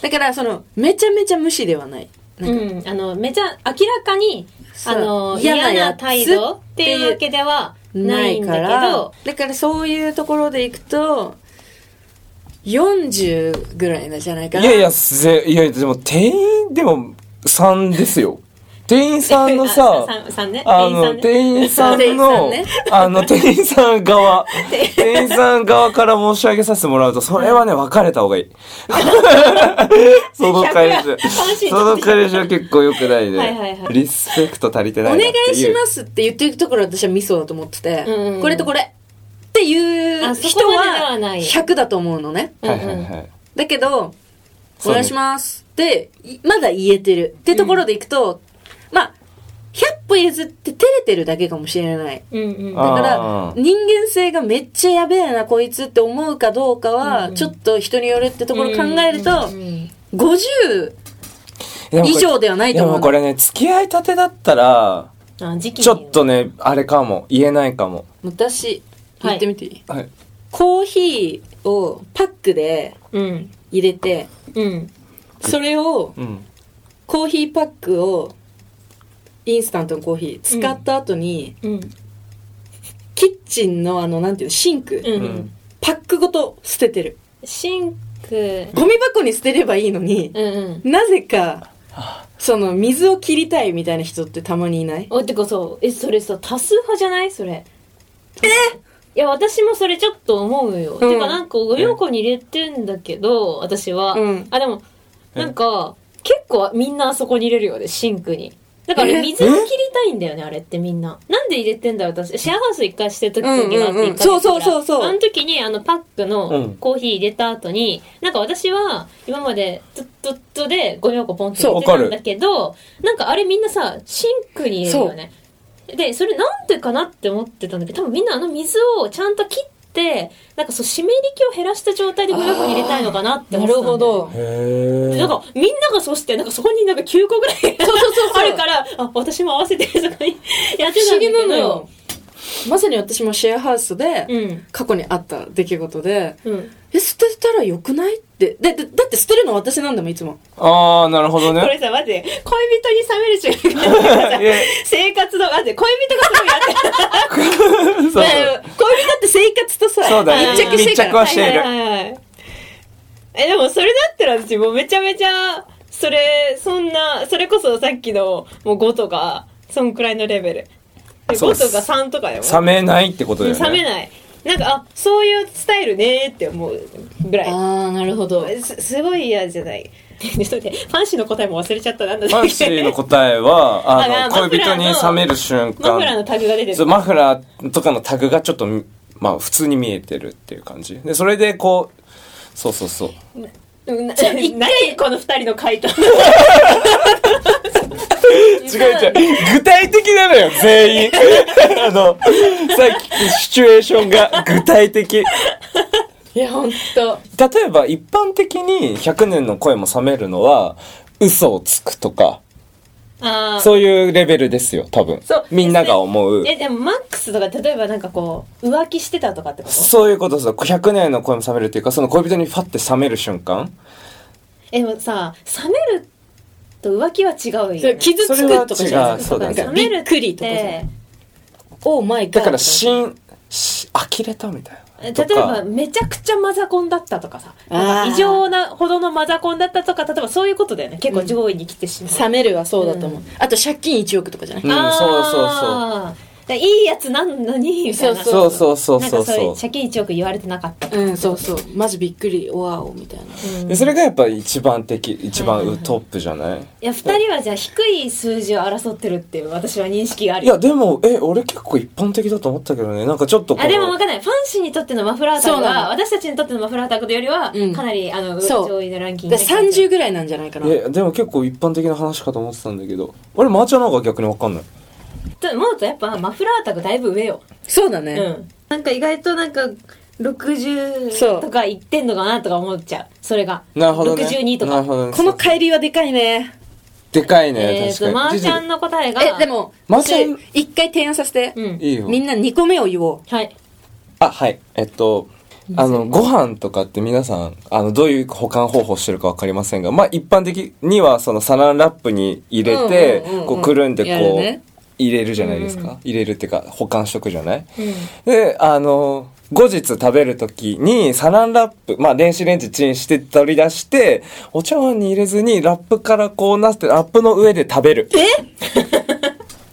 Speaker 3: だからそのめちゃめちゃ無視ではないなんか
Speaker 1: うん、あの、めちゃ明らかに、
Speaker 3: そ
Speaker 1: あ
Speaker 3: う
Speaker 1: の、
Speaker 3: 嫌
Speaker 1: 嫌
Speaker 3: な
Speaker 1: な
Speaker 3: やつ
Speaker 1: 態度っていうわけではないんだけど、
Speaker 3: だからそういうところでいくと40ぐらいなんじゃないか
Speaker 2: い
Speaker 3: な
Speaker 2: やいや、ぜいや、でも店員、でも、さんですよ。店員さん
Speaker 1: *laughs*
Speaker 2: のさ、
Speaker 1: さんさんね、
Speaker 2: あ
Speaker 1: 店員さん
Speaker 2: の、
Speaker 1: ね
Speaker 2: 店員さんの
Speaker 3: 店員、
Speaker 2: あの、店員さん側、店員さん側から申し上げさせてもらうと、それはね、別れた方がいい。その会社
Speaker 1: 100や楽しい、
Speaker 2: その会社結構良くない
Speaker 1: はいはい
Speaker 2: ね
Speaker 1: は。い
Speaker 2: リスペクト足りて
Speaker 3: お
Speaker 2: ないな
Speaker 3: 願
Speaker 2: っていう。
Speaker 3: いしますって言ってるところは私はミソだと思ってて、
Speaker 1: うんうんうん
Speaker 3: これとこれっていう
Speaker 1: あそ
Speaker 3: 人
Speaker 1: こまででは
Speaker 3: は
Speaker 1: ない
Speaker 3: 100だと思うのね。
Speaker 2: はいはいはい。
Speaker 3: だけど、
Speaker 2: そ
Speaker 3: お
Speaker 2: うね
Speaker 3: 願いしますって、いまだ言えてる。ってところでいくと、まあ、100歩譲って照れてるだけかもしれない。
Speaker 1: うんうん
Speaker 2: あ
Speaker 3: だか
Speaker 2: あ
Speaker 3: ら、
Speaker 2: ー
Speaker 3: 人間性がめっちゃやべえな、こいつって思うかどうか
Speaker 1: うん
Speaker 3: は、
Speaker 1: うん
Speaker 3: ちょっと人によるってところを考えると、
Speaker 1: うんうん
Speaker 3: 50
Speaker 2: でもこ
Speaker 3: 以
Speaker 2: れ
Speaker 3: 上ではない
Speaker 2: で
Speaker 3: と思う
Speaker 2: も
Speaker 3: の。
Speaker 2: これね、付き合いたてだったら、
Speaker 1: あ時期に
Speaker 2: ちょっとね、あれかも。言えないかも。
Speaker 3: 私、
Speaker 1: はい
Speaker 3: 言ってみていい、
Speaker 2: はい。
Speaker 3: コーヒーをパックで
Speaker 1: うん
Speaker 3: 入れて、
Speaker 1: うん
Speaker 3: それを、
Speaker 2: うん。
Speaker 3: コーヒーパックを、インスタントのコーヒー、使った後に、
Speaker 1: うん
Speaker 3: キッチンのあの、なんていうの、シンク、
Speaker 1: うん、
Speaker 2: うん
Speaker 3: パックごと捨ててる。
Speaker 1: シンク
Speaker 3: ゴミ箱に捨てればいいのに、
Speaker 1: うんうん
Speaker 3: なぜか、その、水を切りたいみたいな人ってたまにいない
Speaker 1: おってかさえそれさ多数派じゃないそれえいや私もそれちょっと思うよ、てかなんかゴミ箱に入れてんだけど私は、
Speaker 3: うん
Speaker 1: あでも
Speaker 2: え
Speaker 1: なんか結構みんなあそこに入れるよねシンクにだからあれ
Speaker 3: え
Speaker 1: 水を切りたいんだよねあれってみんななんで入れてんだろう私シェアハウス一回してる時があって
Speaker 3: うんうんう
Speaker 1: 一
Speaker 3: ん
Speaker 1: 回だけ
Speaker 3: そうそうそうそう
Speaker 1: あの時にあのパック
Speaker 2: う
Speaker 1: の
Speaker 2: ん
Speaker 1: コーヒー入れた後に、なんか私は今までずっとずっとでゴミ箱ポンって入れてたんだけどなんかあれみんなさシンクに入れるよねでそれなんでかなって思ってたんだけど多分みんなあの水をちゃんと切ってなんかそう湿り気を減らした状態でゴミ箱に入れたいのかなって思ってたんだよね。
Speaker 2: へ
Speaker 1: で
Speaker 2: ー
Speaker 1: なんかみんながそうしてなんかそこになんか9個ぐらい
Speaker 3: そうそうそうそう
Speaker 1: あるからあ私も合わせてそこにやって
Speaker 3: 不
Speaker 1: たんだ
Speaker 3: 思
Speaker 1: け
Speaker 3: 議
Speaker 1: ど
Speaker 3: なのよ。まさに私もシェアハウスで、
Speaker 1: うん
Speaker 3: 過去にあった出来事で、
Speaker 1: うん
Speaker 3: え、捨てたらよくないって。で、でだって捨てるの私なんだもん、いつも。
Speaker 2: あー、なるほど
Speaker 1: こ
Speaker 2: ね。
Speaker 1: れさマジで恋人に冷める瞬間
Speaker 2: *laughs* いや
Speaker 1: 生活のマジで恋人がすごいやってる
Speaker 2: そうそう
Speaker 3: だから恋人って生活とさ、
Speaker 2: そうだね
Speaker 3: 密着して
Speaker 2: 密
Speaker 3: るか
Speaker 2: 着は
Speaker 3: ら。
Speaker 2: ししている
Speaker 1: はいはいはいはいえでもそれだったら私もうめちゃめちゃそれそんなそれこそさっきのもう5とかそんくらいのレベル5
Speaker 2: そうっす
Speaker 1: とか3とかでも
Speaker 2: 冷めないってことだよね。
Speaker 1: 冷めないなんかあそういうスタイルねーって思うぐらい
Speaker 3: あー、なるほど。
Speaker 1: すすごい嫌じゃない *laughs* ちょっと待ってファンシーの答えも忘れちゃったなんだ
Speaker 2: ファンシーの答
Speaker 1: *laughs*
Speaker 2: えは、
Speaker 1: あ
Speaker 2: あ
Speaker 1: まあ
Speaker 2: の、恋人に
Speaker 1: マフラーの
Speaker 2: 冷める瞬間。
Speaker 1: マフラーのタグが出て
Speaker 2: そ
Speaker 1: る
Speaker 2: うマフラーとかのタグがちょっと、まあ、普通に見えてるっていう感じ。で、それで、こう、そうそうそう。
Speaker 1: うんな何この二人の回答
Speaker 2: 違う違う。具体的なのよ、全員。 *laughs* あの、さっき、シチュエーションが具体的。
Speaker 3: いや、ほんと。
Speaker 2: 例えば、一般的に100年の声も冷めるのは、嘘をつくとか、
Speaker 1: *laughs* あー
Speaker 2: そういうレベルですよ、多分
Speaker 1: そう。
Speaker 2: みんなが思う。
Speaker 1: えでもマックスとか例えばなんかこう浮気してたとかってこと
Speaker 2: そういうことさ、100年の声も冷めるっていうか、その恋人にファって冷める瞬間
Speaker 1: えでもさ冷めると浮気は違うよ、
Speaker 3: それ
Speaker 1: ね、
Speaker 3: 傷つくとかじゃない
Speaker 2: それは違うそうだね
Speaker 1: 冷める
Speaker 3: びっくりとかじゃない
Speaker 1: て
Speaker 3: オーマイガー
Speaker 2: だから、しん、し、呆れたみたい
Speaker 1: 例え
Speaker 2: な。と
Speaker 1: ば
Speaker 2: か
Speaker 1: めちゃくちゃマザコンだったとかさ
Speaker 3: あー
Speaker 1: なんか異常なほどのマザコンだったとか例えばそういうことだよね結構上位に来てしまう、
Speaker 3: 冷めるはそうだと思う。
Speaker 1: う
Speaker 3: あと、借金1億とかじゃない、
Speaker 2: うん
Speaker 1: あー
Speaker 2: そうそうそう
Speaker 1: だからいいやつなのにみたいな
Speaker 3: そ
Speaker 2: そうう
Speaker 3: そ
Speaker 2: そうそう
Speaker 1: なん
Speaker 2: そ
Speaker 1: か
Speaker 2: う
Speaker 1: そうい
Speaker 2: そう
Speaker 1: 借金1億言われてなかったとか、
Speaker 3: うん、そうそう。マジびっくり、おわお、みたいな。
Speaker 1: うん
Speaker 2: う。それがやっぱ一番的、一
Speaker 1: はいはい
Speaker 2: 番
Speaker 1: はい
Speaker 2: トップじゃない
Speaker 1: いや2人はじゃあ低い数字を争ってるっていう私は認識がある
Speaker 2: いや、でも、え、俺結構一般的だと思ったけどね。なんかちょっとこう。
Speaker 1: あでも分かんないファンシーにとってのマフラータ
Speaker 3: そ
Speaker 1: グ
Speaker 3: うな
Speaker 1: は
Speaker 3: の
Speaker 1: 私たちにとってのマフラータグよりは
Speaker 3: うん
Speaker 1: かなり、あの
Speaker 3: そう
Speaker 1: 上位のランキング
Speaker 3: だから30ぐらいなんじゃないかな。
Speaker 2: え、でも結構一般的な話かと思ってたんだけど。俺、マーチャーの方が逆にわかんない。
Speaker 1: と思うとやっぱマフラータグだいぶ上よ、
Speaker 3: そうだ
Speaker 1: う
Speaker 3: ね。
Speaker 1: ん、なんか意外となんか
Speaker 3: そう
Speaker 1: 60とかいってんのかなとか思っちゃうそれが
Speaker 2: なるほどね。
Speaker 1: 62と
Speaker 2: な
Speaker 1: か
Speaker 2: るほどね。
Speaker 3: この帰りはでかいね。
Speaker 2: でかい
Speaker 1: え
Speaker 2: ね、
Speaker 1: ーと
Speaker 2: 確
Speaker 1: ま
Speaker 2: か
Speaker 1: ー
Speaker 2: に。
Speaker 1: ちゃんの答えが
Speaker 3: え、でも、
Speaker 2: マジ
Speaker 3: それ一回提案させて。
Speaker 1: うん
Speaker 2: いいよ。
Speaker 3: みんな2個目を言おう。
Speaker 1: はい
Speaker 2: あ、はい。えっと、あの、ご飯とかって皆さん、あの、どういう保管方法してるかわかりませんが、まあ、一般的には、そのサランラップに入れて
Speaker 3: うんうんうんうん、
Speaker 2: こう、くるんで
Speaker 3: やる
Speaker 2: こ
Speaker 3: ね
Speaker 2: う、入れるじゃないです
Speaker 1: うんう
Speaker 2: か。入れるっていうか、保管しとくじゃない
Speaker 1: うん
Speaker 2: で、あの、後日食べるときに、サランラップ、まあ、電子レンジチンして取り出して、お茶碗に入れずに、ラップからこうなって、ラップの上で食べる。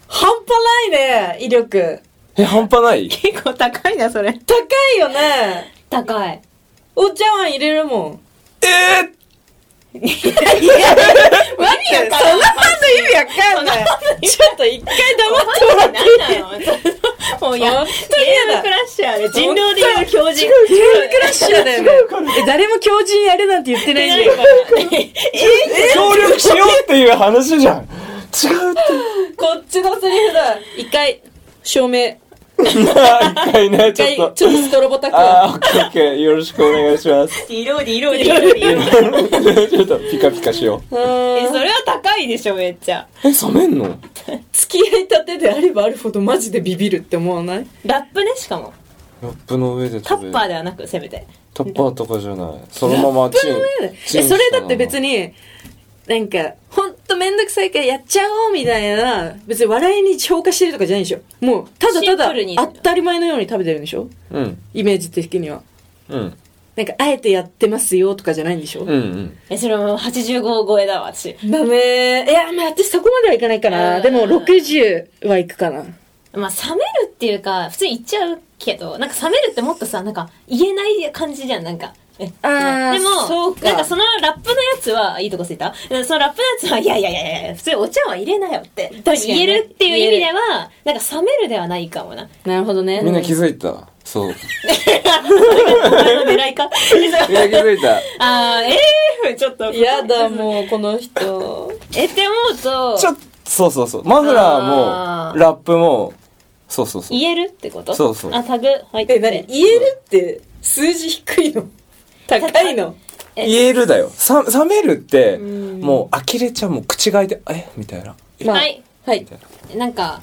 Speaker 3: 半端ないね、威力。
Speaker 2: え、半端ない
Speaker 1: 結構 *laughs* 高いなそれ
Speaker 3: 高いよね。
Speaker 1: 高い
Speaker 3: お茶碗入れるもん。
Speaker 2: え
Speaker 3: 何がそんなパンの意味わかんない。ちょっと一回 *laughs*
Speaker 1: 黙ってもらっていいもうや、ゲー
Speaker 3: 本当に嫌だ
Speaker 1: ムクラッシャーで人狼で言う狂人。
Speaker 3: クラッシャーだよね。え、誰も強靭やれなんて言ってないじゃん。
Speaker 2: 協力しようっていう話じゃん違うって
Speaker 3: こっちのセリフだ。一回、照明。
Speaker 2: 一回ね
Speaker 3: 一回、
Speaker 2: ち
Speaker 3: ち
Speaker 2: ょ
Speaker 3: ょっ
Speaker 2: っと
Speaker 3: とストロボタク。
Speaker 2: あーオッケーオッケーよろしくお願いします
Speaker 1: 色で色で色 *laughs* で色で。
Speaker 2: ちょっとピカピカしよう
Speaker 1: え、
Speaker 3: え
Speaker 1: それは高いでしょ、めっちゃ。
Speaker 2: え冷めんの
Speaker 3: 付き合いたてであればあるほどマジでビビるって思わない
Speaker 1: ラップね、しかも。
Speaker 2: ラップの上で
Speaker 1: タ
Speaker 2: 食べ
Speaker 1: ッ
Speaker 2: る
Speaker 1: パーではなく、せめて。
Speaker 2: タッパーとかじゃないそのままチンチ
Speaker 3: え
Speaker 2: ン
Speaker 3: それだって別
Speaker 2: に
Speaker 3: になんかほんとめんどくさいからやっちゃおうみたいな別に笑いに消化してるとかじゃないでしょもうただ
Speaker 1: シ
Speaker 3: た
Speaker 1: ンプルに
Speaker 3: だ当たり前のように食べてるんでしょ
Speaker 2: うん
Speaker 3: イメージ的には
Speaker 2: うん
Speaker 3: なんかあえてやってますよとかじゃないんでしょ、
Speaker 2: うんうん
Speaker 1: え、それも85超えだわ、私。
Speaker 3: ダメいやまあ私そこまではいかないか
Speaker 1: う
Speaker 3: なんでも60はいくかな
Speaker 1: まあ、冷めるっていうか、普通に言っちゃうけど、なんか冷めるってもっとさ、なんか言えない感じじゃん、なんか。え
Speaker 3: あー
Speaker 1: でも
Speaker 3: そうか
Speaker 1: なんかそのラップのやつは、いいとこついたそのラップのやつは、いやいやいやいや、普通お茶は入れなよって。
Speaker 3: かにね
Speaker 1: 言えるっていう意味では、なんか冷めるではないかもな。
Speaker 3: なるほどね
Speaker 2: みんな気づいたそう
Speaker 1: お前の
Speaker 3: *laughs*
Speaker 1: 狙いか。
Speaker 2: みんな気づいた
Speaker 1: あー、ええー、ちょっと。
Speaker 3: やだもうこの人
Speaker 1: え、って思うと、
Speaker 2: ちょっとそうそうそうマフラー
Speaker 1: あー
Speaker 2: もラップもそうそうそう
Speaker 1: 言えるってこと
Speaker 2: そうそう
Speaker 1: あ、タグ入って
Speaker 3: *laughs* え何言えるって数字低いの *laughs* 高いの
Speaker 1: え
Speaker 2: 言えるだよさ冷めるって
Speaker 1: うん
Speaker 2: もう呆れちゃうもう口が開いてえみたいな
Speaker 3: まあ
Speaker 1: はい。
Speaker 3: はい
Speaker 1: なんか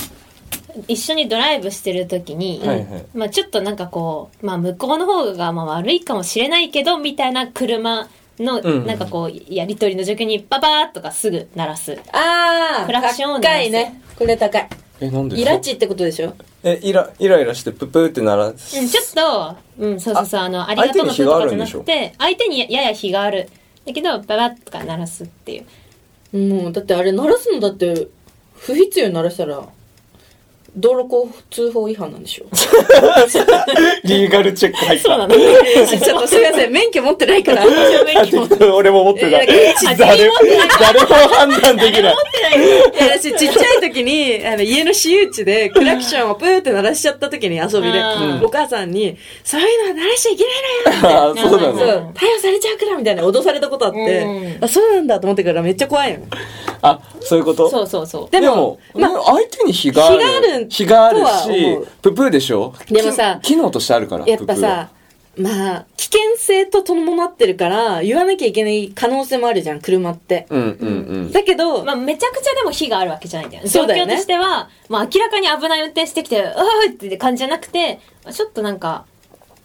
Speaker 1: 一緒にドライブしてる時に、
Speaker 2: はいはい
Speaker 1: まあ、ちょっとなんかこう、まあ、向こうの方がまあ悪いかもしれないけどみたいな車の
Speaker 2: んうん
Speaker 1: なんかこうやり取りの状況にババーッとかすぐ鳴らす
Speaker 3: ああ
Speaker 1: クラクションを鳴ら
Speaker 3: 高
Speaker 1: す
Speaker 3: いねこれ高い
Speaker 2: えなんで
Speaker 3: イラチってことでしょ
Speaker 2: えイライライラしてプープーって鳴らす
Speaker 1: うん、ちょっと、うん、そうそうそう、あの、ありがとうのとかじゃなくて、相手にやや日がある。だけど、ババッとか鳴らすって
Speaker 2: *laughs*
Speaker 1: いう。
Speaker 3: もうだってあれ鳴らすのだって不必要に鳴らしたら道路交通法違反なんでしょ *laughs* ち
Speaker 2: リーガルチェック入っ
Speaker 1: そうなの。
Speaker 2: た
Speaker 3: ょっとすいません *laughs* 免許持ってないから
Speaker 2: 俺も持ってない
Speaker 3: いやいや
Speaker 2: *laughs* 誰誰も判断できない
Speaker 3: いや私ちっちゃい時にあの家の私有地でクラクションをプーって鳴らしちゃった時に遊びで
Speaker 1: うん
Speaker 3: お母さんに「そういうのは鳴らしちゃいけないのよ」
Speaker 2: あーそうな
Speaker 1: うん
Speaker 3: そ
Speaker 2: の
Speaker 3: う逮捕されちゃうからみたいな脅されたことあって、
Speaker 1: うん
Speaker 3: あそうなんだと思ってからめっちゃ怖いの
Speaker 2: あそういうこと
Speaker 1: そうそうそう。
Speaker 2: で
Speaker 3: で
Speaker 2: も
Speaker 3: もま
Speaker 2: 相手に日がある
Speaker 3: 日がある
Speaker 2: 日がある
Speaker 3: とは思
Speaker 2: し
Speaker 3: う
Speaker 2: プープーでしょ
Speaker 3: でもさ
Speaker 2: き機能としてあるから
Speaker 3: やっぱさまあ危険性と伴ってるから言わなきゃいけない可能性もあるじゃん車って、
Speaker 2: プープーうんうんうん
Speaker 3: だけど、
Speaker 1: まあ、めちゃくちゃでも火があるわけじゃないんだよね。
Speaker 3: そうだよ
Speaker 1: 状況
Speaker 3: ね
Speaker 1: としては、まあ、明らかに危ない運転してきて、うわーって感じじゃなくて、ちょっとなんか、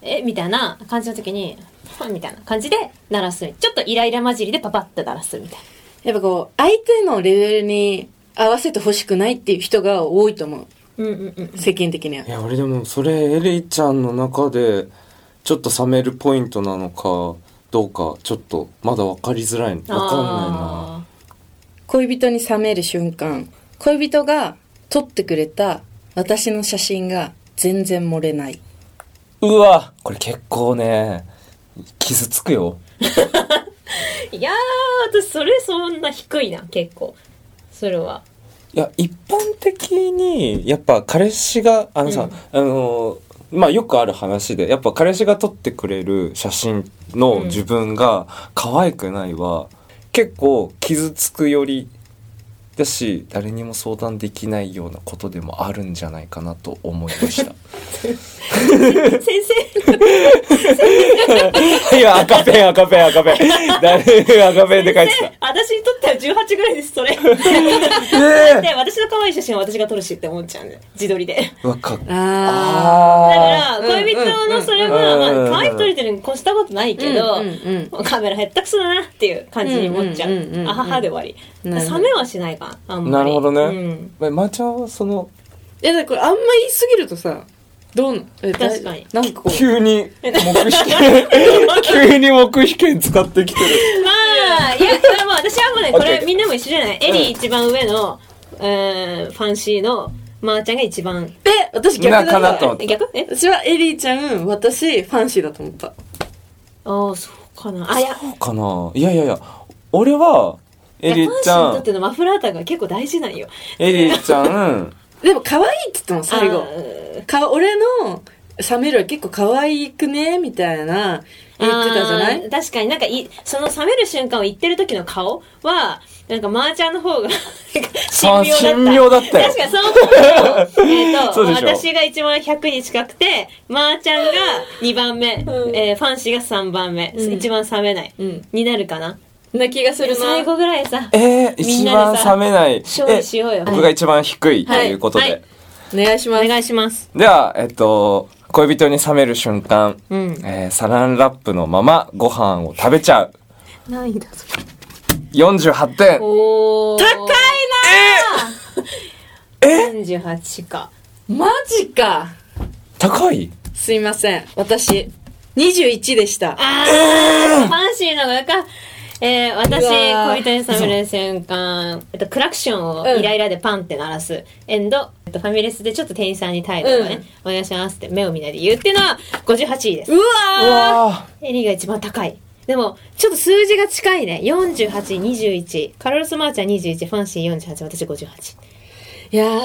Speaker 1: えみたいな感じの時に、パンみたいな感じで鳴らす。ちょっとイライラ混じりでパパッと鳴らすみたい
Speaker 3: やっぱこう相手のレベルに合わせてほしくないっていう人が多いと思う
Speaker 1: な。うんうんうん。
Speaker 3: 世間的にはい
Speaker 2: や俺でもそれエリちゃんの中でちょっと冷めるポイントなのかどうかちょっとまだ分かりづらい分かんな
Speaker 1: あ
Speaker 3: 恋人に冷める瞬間恋人が撮ってくれた私の写真が全然漏れない
Speaker 2: いなうわこれ結構ね傷つくよ
Speaker 1: ーいやー、私それそんな低いな、結構。それ
Speaker 2: *laughs*
Speaker 1: は。
Speaker 2: いや一般的にやっぱ彼氏があのさ、あのまあよくある話でやっぱ彼氏が撮ってくれる写真の自分が可愛くないは、結構傷つくよりだし誰にも相談できないようなことでもあるんじゃないかなと思いました
Speaker 1: 先生、
Speaker 2: *laughs* いや赤ペン赤ペン赤ペン誰赤ペンで書いてた
Speaker 1: 私にとっては18ぐらいです、それ。
Speaker 2: え
Speaker 1: で、私の可愛い写真は私が撮るしって思っちゃうんで、自撮りで。
Speaker 2: えわかっ
Speaker 3: あ
Speaker 1: だか
Speaker 2: あ
Speaker 1: ら、恋人のそれ
Speaker 2: うんうんうんうん
Speaker 1: は、まあ、可愛く撮れてるに越したことないけど、
Speaker 3: うんうん
Speaker 1: もうカメラ減ったくそだなっていう感じに思っちゃ
Speaker 3: うんうんうんうんう
Speaker 1: う。
Speaker 3: ん
Speaker 1: あははで終わり。
Speaker 3: なるほど
Speaker 1: 冷めはしないか、あん
Speaker 2: な
Speaker 1: まり。
Speaker 2: るほど
Speaker 1: うん
Speaker 2: ね、ままーちゃんはその
Speaker 3: いやだからこれあんま言いすぎるとさどうなえ
Speaker 1: 確かに
Speaker 3: なんかこう
Speaker 2: 急
Speaker 1: *laughs*
Speaker 2: に黙秘権 *laughs* 急に黙秘権使ってきてる
Speaker 1: まあ、いや、これも私はもうね、
Speaker 2: OK
Speaker 1: これみんなも一緒じゃない。エリー一番上の、えーファンシーの、まーちゃんが一番。
Speaker 3: え私逆だ
Speaker 2: なかなと思って
Speaker 1: え逆え
Speaker 3: 私はエリーちゃん私ファンシーだと思った
Speaker 1: ああ、そうかな。あ、いや、
Speaker 2: そうかないやいやいや俺はエリ
Speaker 1: いやファン
Speaker 2: ち
Speaker 1: シー
Speaker 2: ゃ
Speaker 1: にとっ
Speaker 2: ん
Speaker 1: てのマフラータグが結構大事なんよ。 *laughs*
Speaker 2: エリちゃん
Speaker 3: でも可愛いって言っても最後
Speaker 1: あー
Speaker 3: か俺のサメールは結構可愛くねみたいな言ってたじゃない
Speaker 1: あー確かになんかい、その冷める瞬間を言ってる時の顔は、なんかマーちゃんの方がなんか
Speaker 2: そう
Speaker 1: 神
Speaker 2: 神
Speaker 1: 妙
Speaker 2: 妙
Speaker 1: だっ。
Speaker 2: だったたよ
Speaker 1: 確かにその時の、えっと、
Speaker 2: そうでしょ
Speaker 1: 私が一番100に近くて、マーちゃんが2番目、
Speaker 3: うん
Speaker 1: えーファンシーが3番目、
Speaker 3: うん
Speaker 1: 一番冷めない、
Speaker 3: うん
Speaker 1: になるかな。
Speaker 3: な気がするな
Speaker 1: 最後ぐらいさ、
Speaker 2: えー、
Speaker 1: みん
Speaker 2: 一
Speaker 1: な
Speaker 2: 番
Speaker 1: でさ
Speaker 2: 冷めない。
Speaker 1: 勝利しようよ
Speaker 2: え僕が一番低いということで。
Speaker 1: はいはい
Speaker 3: お願いし
Speaker 1: お
Speaker 3: ます
Speaker 1: 願いします。
Speaker 2: では、えっと、恋人に冷める瞬間、
Speaker 1: うん
Speaker 2: えーサランラップのままご飯を食べちゃう。
Speaker 1: 何位だそれ。
Speaker 2: 48点。
Speaker 1: おー。
Speaker 3: 高い
Speaker 1: え !38 か。
Speaker 3: マジか
Speaker 2: 高い
Speaker 3: すいません私21でした
Speaker 1: あーファンシーのがか、えー、私、
Speaker 3: うわ
Speaker 1: 恋
Speaker 3: ー
Speaker 1: 人に覚める瞬間、えっと、クラクションをイライラでパンって鳴らす。エンド、えっと、ファミレスでちょっと店員さんに態度をね、お願いしますって目を見ないで言うっていうのは58位です
Speaker 3: う。わ
Speaker 2: うわ
Speaker 1: エリーが一番高い。でも、ちょっと数字が近いね。48、21。カロルス・マーチャー21、ファンシー48、私58。
Speaker 3: ーいやー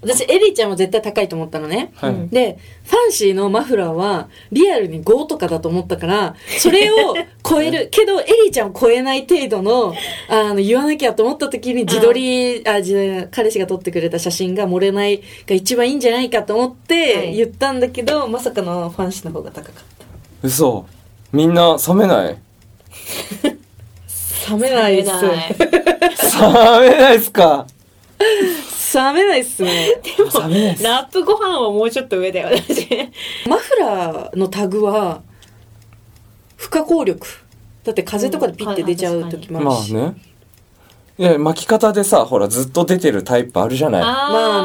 Speaker 3: 私エリーちゃんも絶対高いと思ったのね、
Speaker 2: はい
Speaker 1: うん
Speaker 3: でファンシーのマフラーはリアルに5とかだと思ったからそれを超 *laughs* えるけどエリーちゃんを超えない程度のあの言わなきゃと思った時に自撮り、あ自撮り彼氏が撮ってくれた写真が漏れないが一番いいんじゃないかと思っ
Speaker 1: は
Speaker 3: て
Speaker 1: い
Speaker 3: 言ったんだけど、まさかのファンシーの方が高かった
Speaker 2: 嘘。みんな冷めない。
Speaker 3: 冷めないっす
Speaker 1: 冷めない
Speaker 2: 冷めないっすか
Speaker 3: 冷めないっすね *laughs*
Speaker 2: 冷めないっす。
Speaker 1: ラップご飯はもうちょっと上だよ、私。
Speaker 3: マフラーのタグは不可抗力だって風とかでピッて出ちゃう時もある
Speaker 2: まあ
Speaker 3: し、
Speaker 2: ね。いや、巻き方でさ、ほら、ずっと出てるタイプあるじゃない。
Speaker 1: あ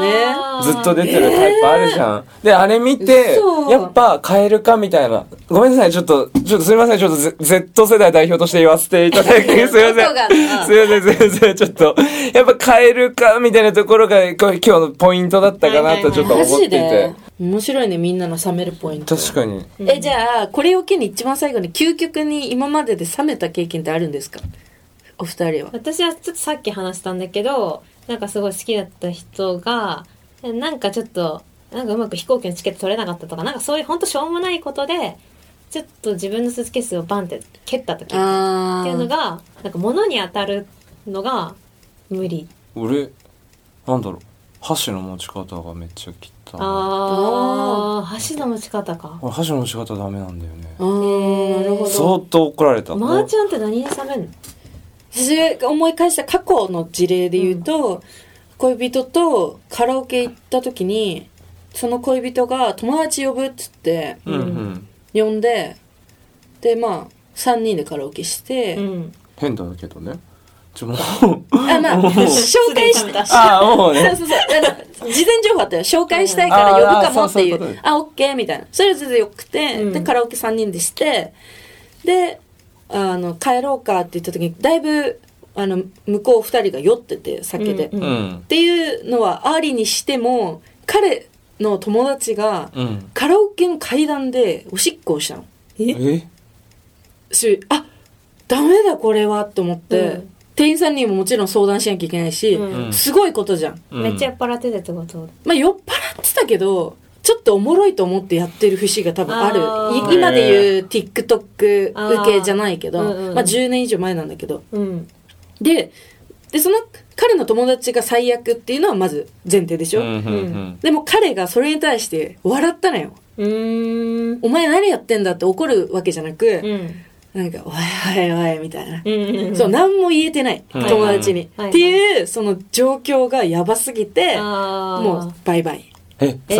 Speaker 3: *laughs* ま
Speaker 1: ー
Speaker 2: ずっと出てるタイプあるじゃん。で、あれ見て
Speaker 3: 嘘、
Speaker 2: やっぱ変えるかみたいな。ごめんなさい、ちょっと、ちょっとすいません、ちょっと Z- Z 世代代表として言わせていただき、す *laughs* いません。
Speaker 3: 音がな
Speaker 2: すいません、すいません、ちょっと、やっぱ変えるかみたいなところが、これ今日のポイントだったかなとちょっと
Speaker 3: マ
Speaker 2: 思って
Speaker 3: ジ
Speaker 2: いて
Speaker 3: で。面白いねみんなの冷めるポイント
Speaker 2: 確かに。
Speaker 3: えじゃあこれを機に一番最後に究極に今までで冷めた経験ってあるんですかお二人は
Speaker 1: 私はちょっとさっき話したんだけどなんかすごい好きだった人がなんかちょっとなんかうまく飛行機のチケット取れなかったとかなんかそういうほんとしょうもないことでちょっと自分のスーツケースをバンって蹴った時っ
Speaker 3: あ
Speaker 1: ていうのがなんか物に当たるのが無理
Speaker 2: 俺、なんだろう、箸の持ち方がめっちゃきったな。
Speaker 1: ああ箸の持ち方か
Speaker 2: 俺、箸の持ち方ダメなんだよね
Speaker 3: あ。ーなるほど
Speaker 2: 相当怒られた。
Speaker 1: マーちゃんって何に冷めんの
Speaker 3: 私が思い返した過去の事例で言うと、恋人とカラオケ行った時にその恋人が友達呼ぶっつって
Speaker 2: うんうん。
Speaker 3: 呼んででまあ3人でカラオケして、
Speaker 1: うん
Speaker 2: 変だけどね。ちょ、もう。
Speaker 3: あまあ紹介し
Speaker 1: 失礼
Speaker 3: た
Speaker 1: し
Speaker 2: *laughs* あ *laughs* あ、もう
Speaker 3: そう
Speaker 2: ね。
Speaker 3: そうそうあの事前情報あったよ紹介したいから
Speaker 2: あー
Speaker 3: 呼ぶかも
Speaker 2: あー
Speaker 3: ってい
Speaker 2: そうそういう
Speaker 3: う
Speaker 2: こ
Speaker 3: あオッケーみたいなそれは全然よくて、
Speaker 1: うん
Speaker 3: でカラオケ3人でしてであの帰ろうかって言った時にだいぶあの向こう2人が酔ってて酒で、
Speaker 1: うん
Speaker 2: うん
Speaker 3: っ。ていうのはありにしても彼の友達が
Speaker 2: うん。
Speaker 3: カラオケの階段でおしっこをしたの
Speaker 2: え
Speaker 3: しあダメだこれはと思って、
Speaker 1: うん
Speaker 3: 店員さんにももちろん相談しなきゃいけないし、
Speaker 1: うん
Speaker 3: すごいことじゃん、
Speaker 1: めっちゃ酔っ払ってたってこと
Speaker 3: まあ、酔っ払ってたけどちょっとおもろいと思ってやってる節が多分ある
Speaker 1: あー
Speaker 3: い今で言う TikTok 受けじゃないけど
Speaker 1: あーうんうん
Speaker 3: まあ、10年以上前なんだけど
Speaker 1: うん
Speaker 3: ででその彼の友達が最悪っていうのはまず前提でしょ、
Speaker 2: うんうんうん
Speaker 3: でも彼がそれに対して笑ったのよ。
Speaker 1: うーん
Speaker 3: お前何やってんだって怒るわけじゃなく
Speaker 1: う、ん
Speaker 3: なんか、おいおいおいみたいな。
Speaker 1: うん
Speaker 3: そう、何も言えてない。
Speaker 2: うん
Speaker 3: 友達に。
Speaker 1: はい
Speaker 3: っていう、その状況がやばすぎて、も
Speaker 1: も
Speaker 3: う、バイバイ。
Speaker 2: え、
Speaker 1: え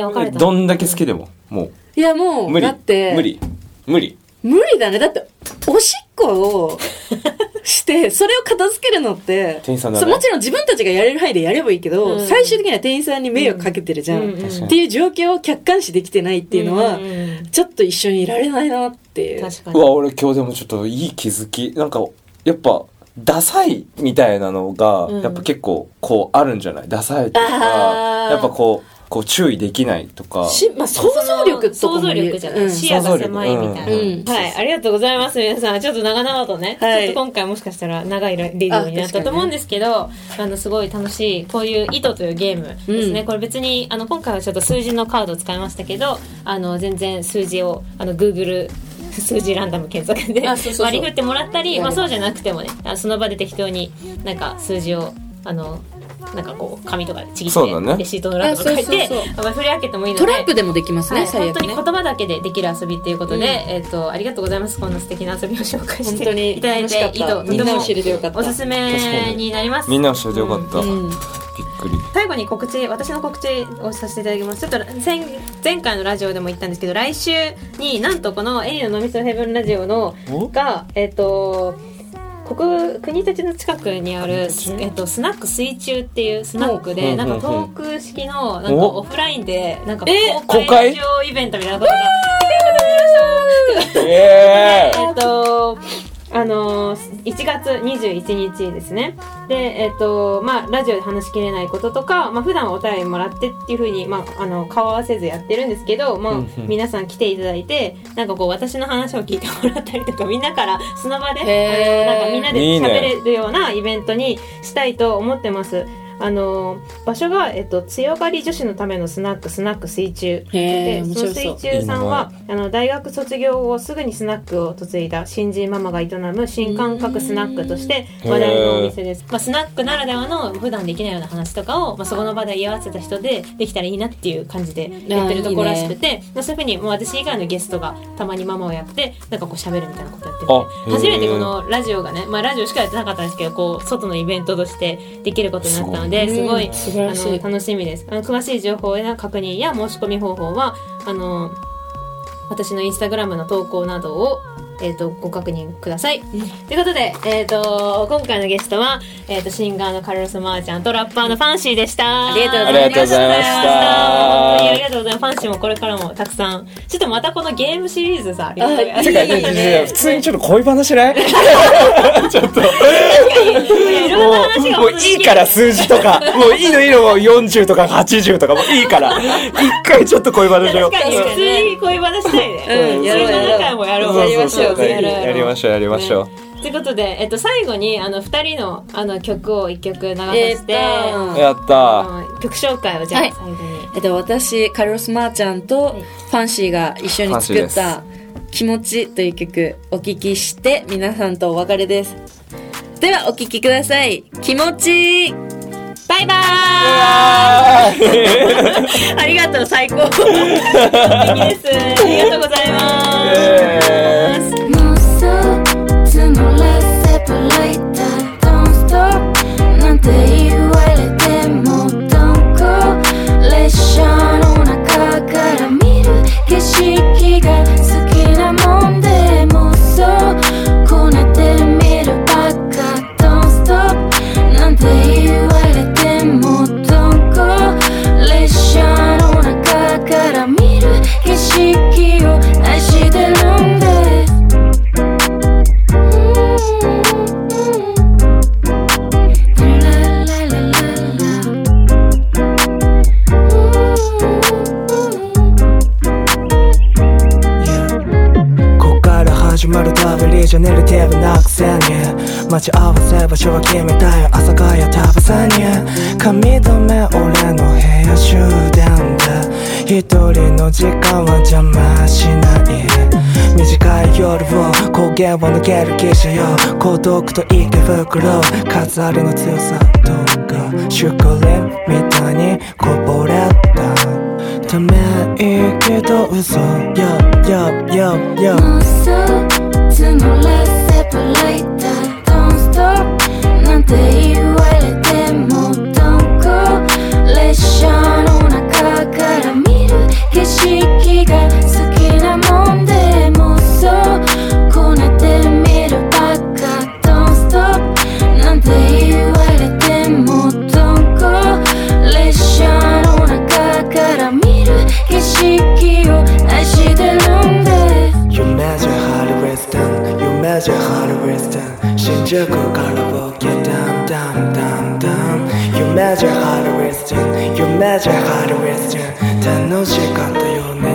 Speaker 1: ー、別れ
Speaker 2: さ
Speaker 1: た
Speaker 2: どんだけ好きでも、も
Speaker 3: いや、も
Speaker 2: う、
Speaker 3: う、
Speaker 2: 無理
Speaker 3: だって、。
Speaker 2: 無。理。無理。
Speaker 3: 無理だね。だって、おしっこを
Speaker 1: *laughs*
Speaker 3: して、それを片付けるのって、
Speaker 2: 店員さんだね
Speaker 3: そうもちろん自分たちがやれる範囲でやればいいけど、
Speaker 1: うん
Speaker 3: 最終的には店員さんに迷惑かけてるじゃん。
Speaker 1: うんうん
Speaker 2: 確かに
Speaker 3: っていう状況を客観視できてないっていうのは、
Speaker 1: んんうん
Speaker 3: ちょっと一緒にいられないなっていう。
Speaker 1: 確か
Speaker 2: う
Speaker 1: に
Speaker 2: わ、俺今日でもちょっといい気づき。なんか、やっぱ、ダサいみたいなのが
Speaker 1: うん、
Speaker 2: やっぱ結構、こう、あるんじゃないダサいとか、
Speaker 3: あー
Speaker 2: やっぱこう、こう注意できないとか。
Speaker 3: し、まあ、想像力とか
Speaker 1: 想
Speaker 3: も
Speaker 1: 像
Speaker 3: 言う
Speaker 1: 力じゃな
Speaker 3: う
Speaker 1: い。
Speaker 3: ん
Speaker 1: 視野が狭いみたいな。
Speaker 2: うん
Speaker 3: うん
Speaker 1: はい、ありがとうございます、皆さん。ちょっと長々とね、
Speaker 3: はい
Speaker 1: ちょっと今回もしかしたら長いレディオになったと思うんですけど、あの、すごい楽しい、こういう糸というゲームですね。
Speaker 3: うん
Speaker 1: これ別に、あの、今回はちょっと数字のカードを使いましたけど、あの、全然数字を、あの、Google、数字ランダム検索で
Speaker 3: あそうそうそう
Speaker 1: 割り振ってもらったり、
Speaker 3: や
Speaker 1: ま
Speaker 3: れば
Speaker 1: あ、そうじゃなくてもねあのその場で適当になんか数字をあのなんかこう紙とかでちぎっ
Speaker 2: そうだ
Speaker 1: てレ
Speaker 2: ね
Speaker 1: シートの裏とか書い
Speaker 3: あ
Speaker 1: て
Speaker 3: そうそうそ
Speaker 1: あまり振り分けてもいいの
Speaker 3: ト
Speaker 1: で
Speaker 3: ランプでもできますね、
Speaker 1: はい、
Speaker 3: 最
Speaker 1: 本
Speaker 3: 悪
Speaker 1: 当に
Speaker 3: ね
Speaker 1: 言。葉だけでできる遊びっていうことで、
Speaker 3: うん
Speaker 1: えっ、とありがとうございますこんな素敵な遊びを紹介し
Speaker 3: 本当
Speaker 1: て
Speaker 3: に
Speaker 1: いただい
Speaker 3: 楽しか
Speaker 1: てい
Speaker 3: っ
Speaker 1: いと
Speaker 3: た。みんなを知れてよかった。
Speaker 1: おすすめになります
Speaker 2: みんな教えてよかった。
Speaker 1: うん
Speaker 2: びっ
Speaker 3: うん
Speaker 2: くり。
Speaker 1: 最後に告知私の告知をさせていただきますちょっと前前回のラジオでも言ったんですけど来週になんとこの「エリの飲みそヘブンラジオの」
Speaker 2: お
Speaker 1: がえっ、と国国立の近くにある、
Speaker 2: 国立
Speaker 1: えっと、スナック水中っていうスナックで
Speaker 2: お
Speaker 1: なんか
Speaker 2: うんうん
Speaker 1: ト
Speaker 2: うん
Speaker 1: ーク式のなんか
Speaker 2: お
Speaker 1: オフラインでなんか
Speaker 3: え
Speaker 1: 公開
Speaker 2: 公開
Speaker 1: ラジオイベントみたいなことが
Speaker 2: え
Speaker 1: えっと、あのー、1月21日ですね。で、えっと、まあ、ラジオで話しきれないこととか、まあ、普段お便りもらってっていうふうに、まあ、あの、顔合わせずやってるんですけど、まあ
Speaker 2: うんう、ん
Speaker 1: 皆さん来ていただいて、なんかこう、私の話を聞いてもらったりとか、みんなから、その場で、
Speaker 3: へー
Speaker 1: あのなんかみんなで
Speaker 2: いい
Speaker 1: 喋
Speaker 2: ね
Speaker 1: れるようなイベントにしたいと思ってます。あのー場所が、えっと、強がり女子のためのスナック、スナック水中。
Speaker 3: へ
Speaker 1: で
Speaker 3: え、面
Speaker 1: その水
Speaker 3: 白そう。
Speaker 1: 中さんはあの大学卒業後すぐにスナックを嫁いだ新人ママが営む新感覚スナックとして話題のお店です、まあ、スナックならではの普段できないような話とかを、まあ、そこの場で居合わせた人でできたらいいなっていう感じでやってるところらしくてまあ、そういうふうにもう私以外のゲストがたまにママをやってなんかこう喋るみたいなことやって
Speaker 2: あ
Speaker 1: て初めて
Speaker 2: へー
Speaker 1: このラジオがね、まあ、ラジオしかやってなかったんですけどこう外のイベントとしてできることになったので
Speaker 3: うん
Speaker 1: すごい
Speaker 3: 素晴らし
Speaker 1: あの
Speaker 3: い。
Speaker 1: 楽しみですあの詳しい情報や確認や申し込み方法はあの私のインスタグラムの投稿などを、えー、とご確認ください。ということで、えー、と今回のゲストは、えー、とシンガーのカルロス・マーちゃんとラッパーのファンシーでした。
Speaker 3: ありがとう
Speaker 2: ございましたありがとうございました
Speaker 1: 本当にありがとうございます。ファンシーもこれからもたくさんちょっとまたこのゲームシリーズさありがとうございます
Speaker 3: あ
Speaker 2: てか、ね、普通にちょっと恋話ないちょっと。
Speaker 1: いろんな話が
Speaker 2: も
Speaker 1: 本当
Speaker 2: うも
Speaker 1: に
Speaker 2: う
Speaker 1: 聞
Speaker 2: い
Speaker 1: け
Speaker 2: い
Speaker 1: て
Speaker 2: から数字とかもういいのいいのもう40とか80とかもういいから一回ちょっと恋話しよう
Speaker 1: 確かに普通に恋話したいね。
Speaker 3: うん
Speaker 1: 普通の中もやろう。
Speaker 3: やりましょう
Speaker 2: そそそ
Speaker 1: やろう
Speaker 2: やりましょうやりましょう
Speaker 1: ということで、えっと、最後にあの2人のあの曲を1曲流さ
Speaker 3: え
Speaker 1: せ、
Speaker 3: ーってと
Speaker 2: やった
Speaker 1: あの曲紹介をじゃあ
Speaker 3: はい
Speaker 1: 最後に、
Speaker 3: えっと、私、カルロス・マーちゃんと
Speaker 1: い
Speaker 3: ファンシーが一緒に作った気持ちという曲お聞きして皆さんとお別れです。ではお聞きください。気持ち
Speaker 1: バイバ
Speaker 3: ありがとう、
Speaker 1: *laughs*
Speaker 3: 最高。
Speaker 1: ーイ素敵ですありがとうございます、
Speaker 2: えー
Speaker 4: Monster, no la sepulita. Don't stop, no te igual temo. Don't go, let's shine on a kakara. Miru, kishiki ga suki na mon demo. So, konete miru baka. Don't stop, no te igual temo. Don't go, let's shine on a kakara. Miru, kishiki o ashite nonde. Mm-hmm.
Speaker 5: こっから始まるダブリじゃネルティブなくせに待ち合わせ場所は決めたよ朝霞やタバサに髪留め俺の部屋終電で一人の時間は邪魔しない短い夜を光源を抜ける汽車よ孤独と池袋飾りの強さどうかシュクリームみたいにこぼれたため息と嘘 Yo, yo, yo, yo You measure how to wisdom, you measure how to wisdom. メージ Hard with you 楽しかったよね